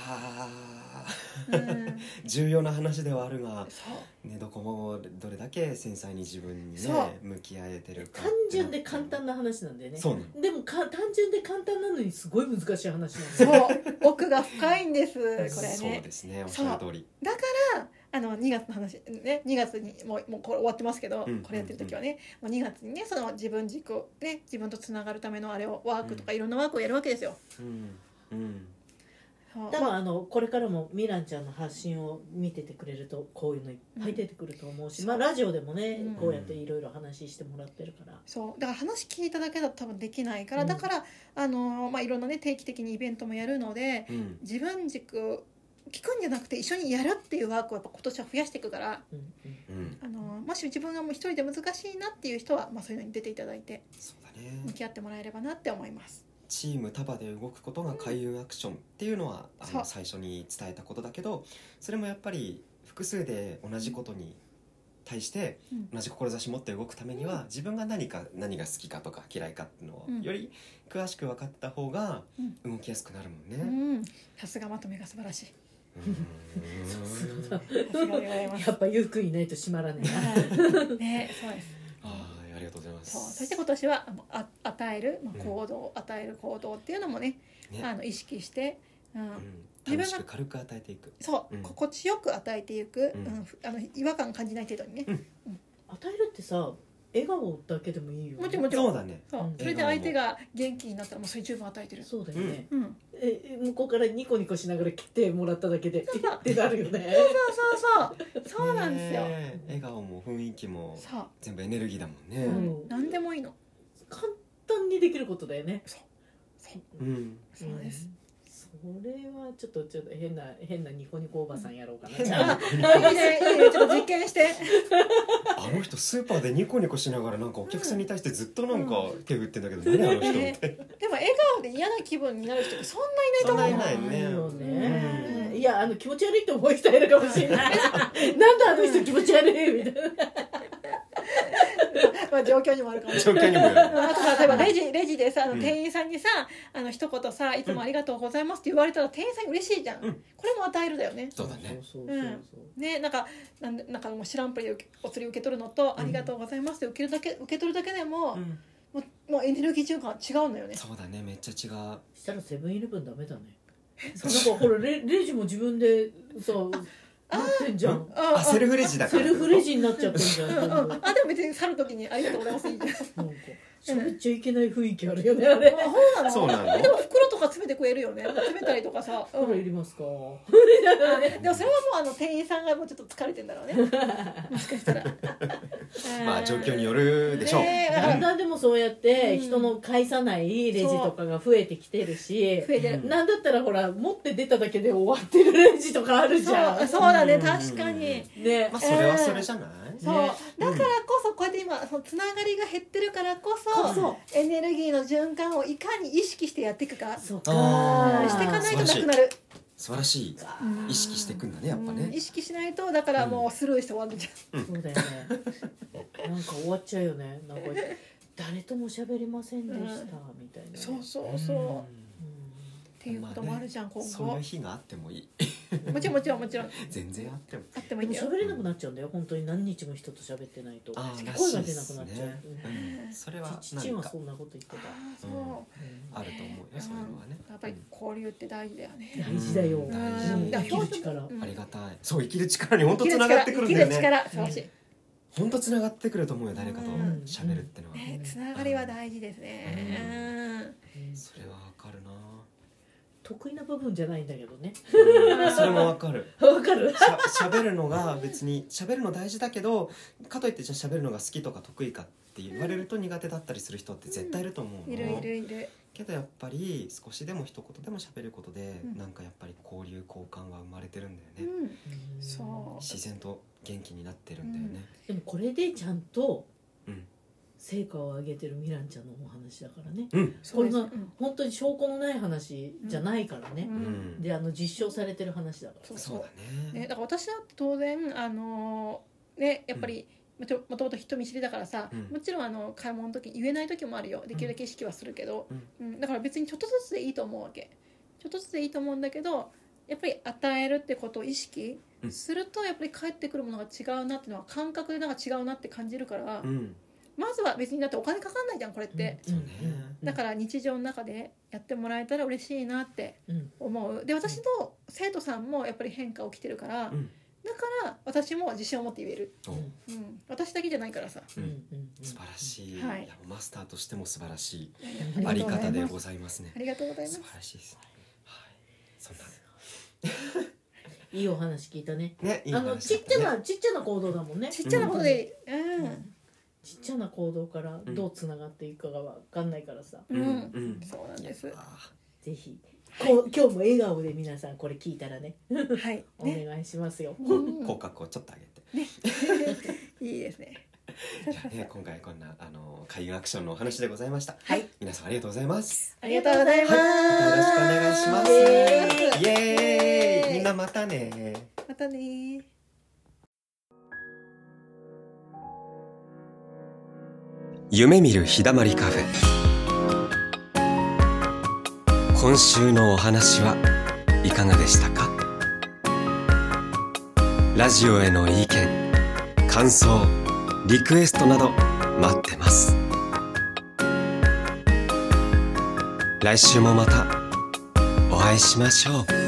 S3: う
S1: ー、
S3: ん
S1: 重要な話ではあるが、
S3: そう
S1: ね、どこもどれだけ繊細に自分にね
S3: そう
S1: 向き合えてるか
S2: 単純で簡単な話なんだよね
S1: そうなの
S2: でもか単純で簡単なのにすごい難しい話なんだ
S3: そ
S2: よ
S3: う奥が深いんですこれ
S1: そう
S3: ね
S1: ですねおっしゃる通り
S3: だからあの2月の話ね2月にもうもうこれ終わってますけど、
S1: うん
S3: これやってる時はね、もう2月にねその自分軸をね自分とつながるためのあれをワークとかいろんなワークをやるわけですよ。
S1: うんうん
S3: そう
S2: 多分
S3: まあ
S2: あのこれからもミランちゃんの発信を見ててくれるとこういうのいっぱい出てくると思うし、まあラジオでもね、
S3: うん
S2: こうやっていろいろ話してもらってるから、
S3: そうだから話聞いただけだと多分できないから、
S2: うん
S3: だからあの、まあ、いろんなね定期的にイベントもやるので
S1: うん
S3: 自分軸聞くんじゃなくて一緒にやるっていうワークをやっぱ今年は増やしていくから
S2: うんうん
S1: うん
S3: あのもし自分がもう一人で難しいなっていう人は、まあ、そういうのに出ていただいて
S1: そうだね
S3: 向き合ってもらえればなって思います。
S1: チーム束で動くことが開運アクションっていうのはあ
S3: そう
S1: の最初に伝えたことだけどそれもやっぱり複数で同じことに対して
S3: うん
S1: 同じ志持って動くためには自分が何か何が好きかとか嫌いかっていうのを
S3: うん
S1: より詳しく分かった方が
S3: う
S1: 動きやすくなるもん
S3: う
S1: ね。
S3: ん、さすがまとめが素晴らしい。
S1: うん
S2: さすがだ
S3: さすがでございます。
S2: やっぱゆうくんいないと閉まらねえな
S3: はいね、そうです。
S1: はいありがとうございま
S3: そう、
S1: す。
S3: そして今年はあのあ与える、ま
S1: うん
S3: あ、行動、与える行動っていうのもね、
S1: ね
S3: あの意識して、うん、
S1: うん楽しく軽く与えていく。
S3: そう、
S1: うん
S3: 心地よく与えていく、
S1: う
S3: うんん、ふあの違和感感じない程度にね。
S2: 与えるってさ笑顔だけでもいいよね、、
S3: もちろんもちろん
S1: そうだね。
S3: そううんそれで相手が元気になったらもうそれ十分与えてる。
S2: そうだよね、
S3: うん。
S2: え向こうからニコニコしながら来てもらっただけで
S3: そう
S2: っ
S3: そう
S2: てなるよね
S3: そう そうそう。そうなんですよ。
S1: ねえ笑顔も雰囲気も
S3: そう。
S1: 全部エネルギーだもん
S3: う
S1: ね。
S3: ん、何でもいいの。
S2: 簡単にできることだよね
S3: そ
S1: う
S3: う
S1: ん。
S3: そうです。
S2: うんそれはちょっとちょっと変な変なニコニコおばさんやろうかな、
S1: 変
S2: じ
S1: な
S2: ゃあ
S3: あ、いいね、いい ね、ちょっと実験して。
S1: あの人スーパーでニコニコしながらなんかお客さんに対してずっとなんか手振ってんだけど何あの人
S3: ね
S1: って。
S3: でも笑顔で嫌な気分になる人ってそんないないと
S1: そんな
S3: 思う
S1: いない
S2: い
S1: ね。
S2: よね、
S3: うん
S2: いやあの気持ち悪いって思い伝えるかもしれないなんであの人気持ち悪いみたいな
S3: まあ状況にもあるかもし
S1: 状
S3: れ
S1: 況
S3: ない
S1: にもよる。
S3: あとさ例えばレジレジでさあの
S1: うん
S3: 店員さんにさ、あの一言さ「いつもありがとうございます」って言われたら店員さん嬉しいじゃん、
S1: うん
S3: これも与えるだよね
S1: そうだね。
S2: そうそうそうそう
S3: ねなんかなんでなんかもう知らんぷりで受けお釣り受け取るのと「ありがとうございます」って受けるだけ受け取るだけでも,、もうもうエネルギー循環違うんだよね
S1: そうだねめっちゃ違う。
S2: したらセブンイレブンダメだねなんかほらレレジも自分でさやってんじゃん
S3: あ
S1: あセルフレジだか
S2: セ
S1: ら。
S2: ルフレジになっちゃってん じゃん
S3: う
S2: なん
S3: ん
S2: か
S3: うん、あでも別に去る時に「ありがとうございます」いいじゃん
S2: 喋っちゃいけない雰囲気あるよねあれ
S3: あそうなの
S1: そうなの
S3: でも袋とか詰めてくれるよね詰めたりとかさ、うん
S2: ほらいりますか
S3: でもそれはもうあの店員さんがもうちょっと疲れてんだろうね。もしかしたら。
S1: まああ状況によるでしょう、
S3: ねえ
S2: だんだんでもそうやって
S3: うん
S2: 人の返さないレジとかが増えてきてるし、
S3: 増えてる
S2: なんだったらほら持って出ただけで終わってるレジとかあるじゃん
S3: そうそうだね
S1: うん
S3: 確かに
S2: ね
S1: まあそれはそれじゃない、
S3: そうだ
S2: ね
S3: からこそこうやって今そのつながりが減ってるからこ
S2: こそ
S3: そエネルギーの循環をいかに意識してやっていくかして
S2: そう
S1: あ
S2: か
S1: ー
S3: いかないと
S1: 素晴らし
S3: な
S1: い
S3: くなる
S1: 素晴らしい意識していくんだねやっぱ
S3: うん
S1: ね
S3: 意識しないとだからもうスルーして終わるじゃ
S2: そうだよねなんか終わっちゃうよねなんか誰とも喋りませんでしたみたいなね、
S3: んそうそうそうっていうこともあるじゃん
S1: うん
S3: 今
S1: そ
S3: 後
S1: の日があってもいい
S2: うん
S3: もちろんもちろんもちろん
S1: 全然あっても
S3: あっても
S2: で
S3: いい
S2: も
S3: んだよ
S2: 喋れなくなっちゃうんだよ本当に何日も人と喋ってないと
S1: ああらし
S2: 声
S1: い
S2: が
S1: で
S2: 出なく
S1: す
S2: なっちゃう
S1: ね、うん、それ
S2: うん
S1: は
S2: 父
S1: 何
S2: は
S1: か
S2: そんなこと言って
S3: あ
S2: た、
S3: あそう
S1: うん
S2: うん
S1: あると思うよそういうのはね
S3: やっぱり交流って大事だよね
S2: 大事だよ、
S1: うん
S2: 大事
S1: うん
S2: 生きる力
S3: うん
S1: ありがたいそう生きる力に本当
S3: 生き
S1: つ
S3: る
S1: ながってくる
S3: 力
S1: ん
S3: 生き
S1: だよ
S3: る
S1: ね
S3: 力素晴らしい
S1: 本当つながってくると思うよ誰かと
S3: うん
S1: 喋るってのは、
S3: ねつながりは大事ですね
S1: う
S3: うん
S1: それはわかるな
S2: 得意な部分じゃないんだけどね
S1: うんそれもわかる
S2: わかる
S1: しゃ喋るのが別に喋るの大事だけどかといってじゃあ喋るのが好きとか得意かって言われると苦手だったりする人って絶対いると思うの、
S3: いるいるいる
S1: けどやっぱり少しでも一言でも喋ることで、
S3: うん
S1: なんかやっぱり交流交換は生まれてるんだよ
S3: う
S1: ね、
S3: んそう
S1: 自然と元気になってるんだよね、
S2: でもこれでちゃんと
S1: うん
S2: 成果を上げてるミランちゃんのお話だからね
S1: うん
S3: そうです
S2: これ本当に証拠のない話じゃないから
S3: う
S2: ね、
S1: うん
S3: ん
S2: であの実証されてる話だから
S3: そう
S1: そうだね
S3: ね、だから私だって当然あのーねやっぱり、もちろんもともと人見知りだからさ、
S1: うん
S3: もちろんあの買い物の時言えない時もあるよできるだけ意識はするけど、うんだから別にちょっとずつでいいと思うわけちょっとずつでいいと思うんだけどやっぱり与えるってことを意識
S1: うん
S3: するとやっぱり返ってくるものが違うなっていうのは感覚でなんか違うなって感じるから、
S1: うん
S3: まずは別にだってお金かかんないじゃんこれって、
S1: そうね、
S3: だから日常の中でやってもらえたら嬉しいなって
S2: ら、うん
S3: 思うで私の生徒さんもやっぱり変化起きてるから、
S1: うん
S3: だから私も自信を持って言える、
S1: お
S2: うん
S3: うん、私だけじゃないからさ
S2: う
S1: うんん
S2: うん
S1: 素晴らしい,、
S3: はい
S1: やマスターとしても素晴らし
S2: う
S1: い
S2: ん
S1: あり方で
S3: ございま
S1: ご
S3: す
S1: ざいますね
S3: ありがとうございま
S1: 素
S3: す
S1: 晴らしいですねはいそんない
S2: いお話聞いたね
S1: ねいい
S2: あ
S1: 話だ
S2: の
S1: ね
S2: ちっちゃなちっちゃな行動だもんね
S3: ちっちゃなことでうん
S2: ちっちゃな行動からどうつながっていくかがわかんないからさ、
S3: う、
S1: うんん
S3: う
S1: うんん
S3: そうなんです
S1: いや
S3: は
S2: ぜひこう今日も笑顔で皆さんこれ聞いたらね
S3: い
S2: お
S3: ね
S2: 願いしますよ、
S1: こ
S3: うん
S1: 口角をちょっと上げて
S3: いいですね
S1: いやね今回こんなあの開運アクションのお話でございました
S2: はい
S1: 皆さんありがとうございます
S3: ありがとうございます、
S1: はいまたよろしくお願いしますイエーイみんなまたね
S3: またねー
S1: 夢見る日だまりカフェ今週のお話はいかがでしたかラジオへの意見感想リクエストなど待ってます来週もまたお会いしましょう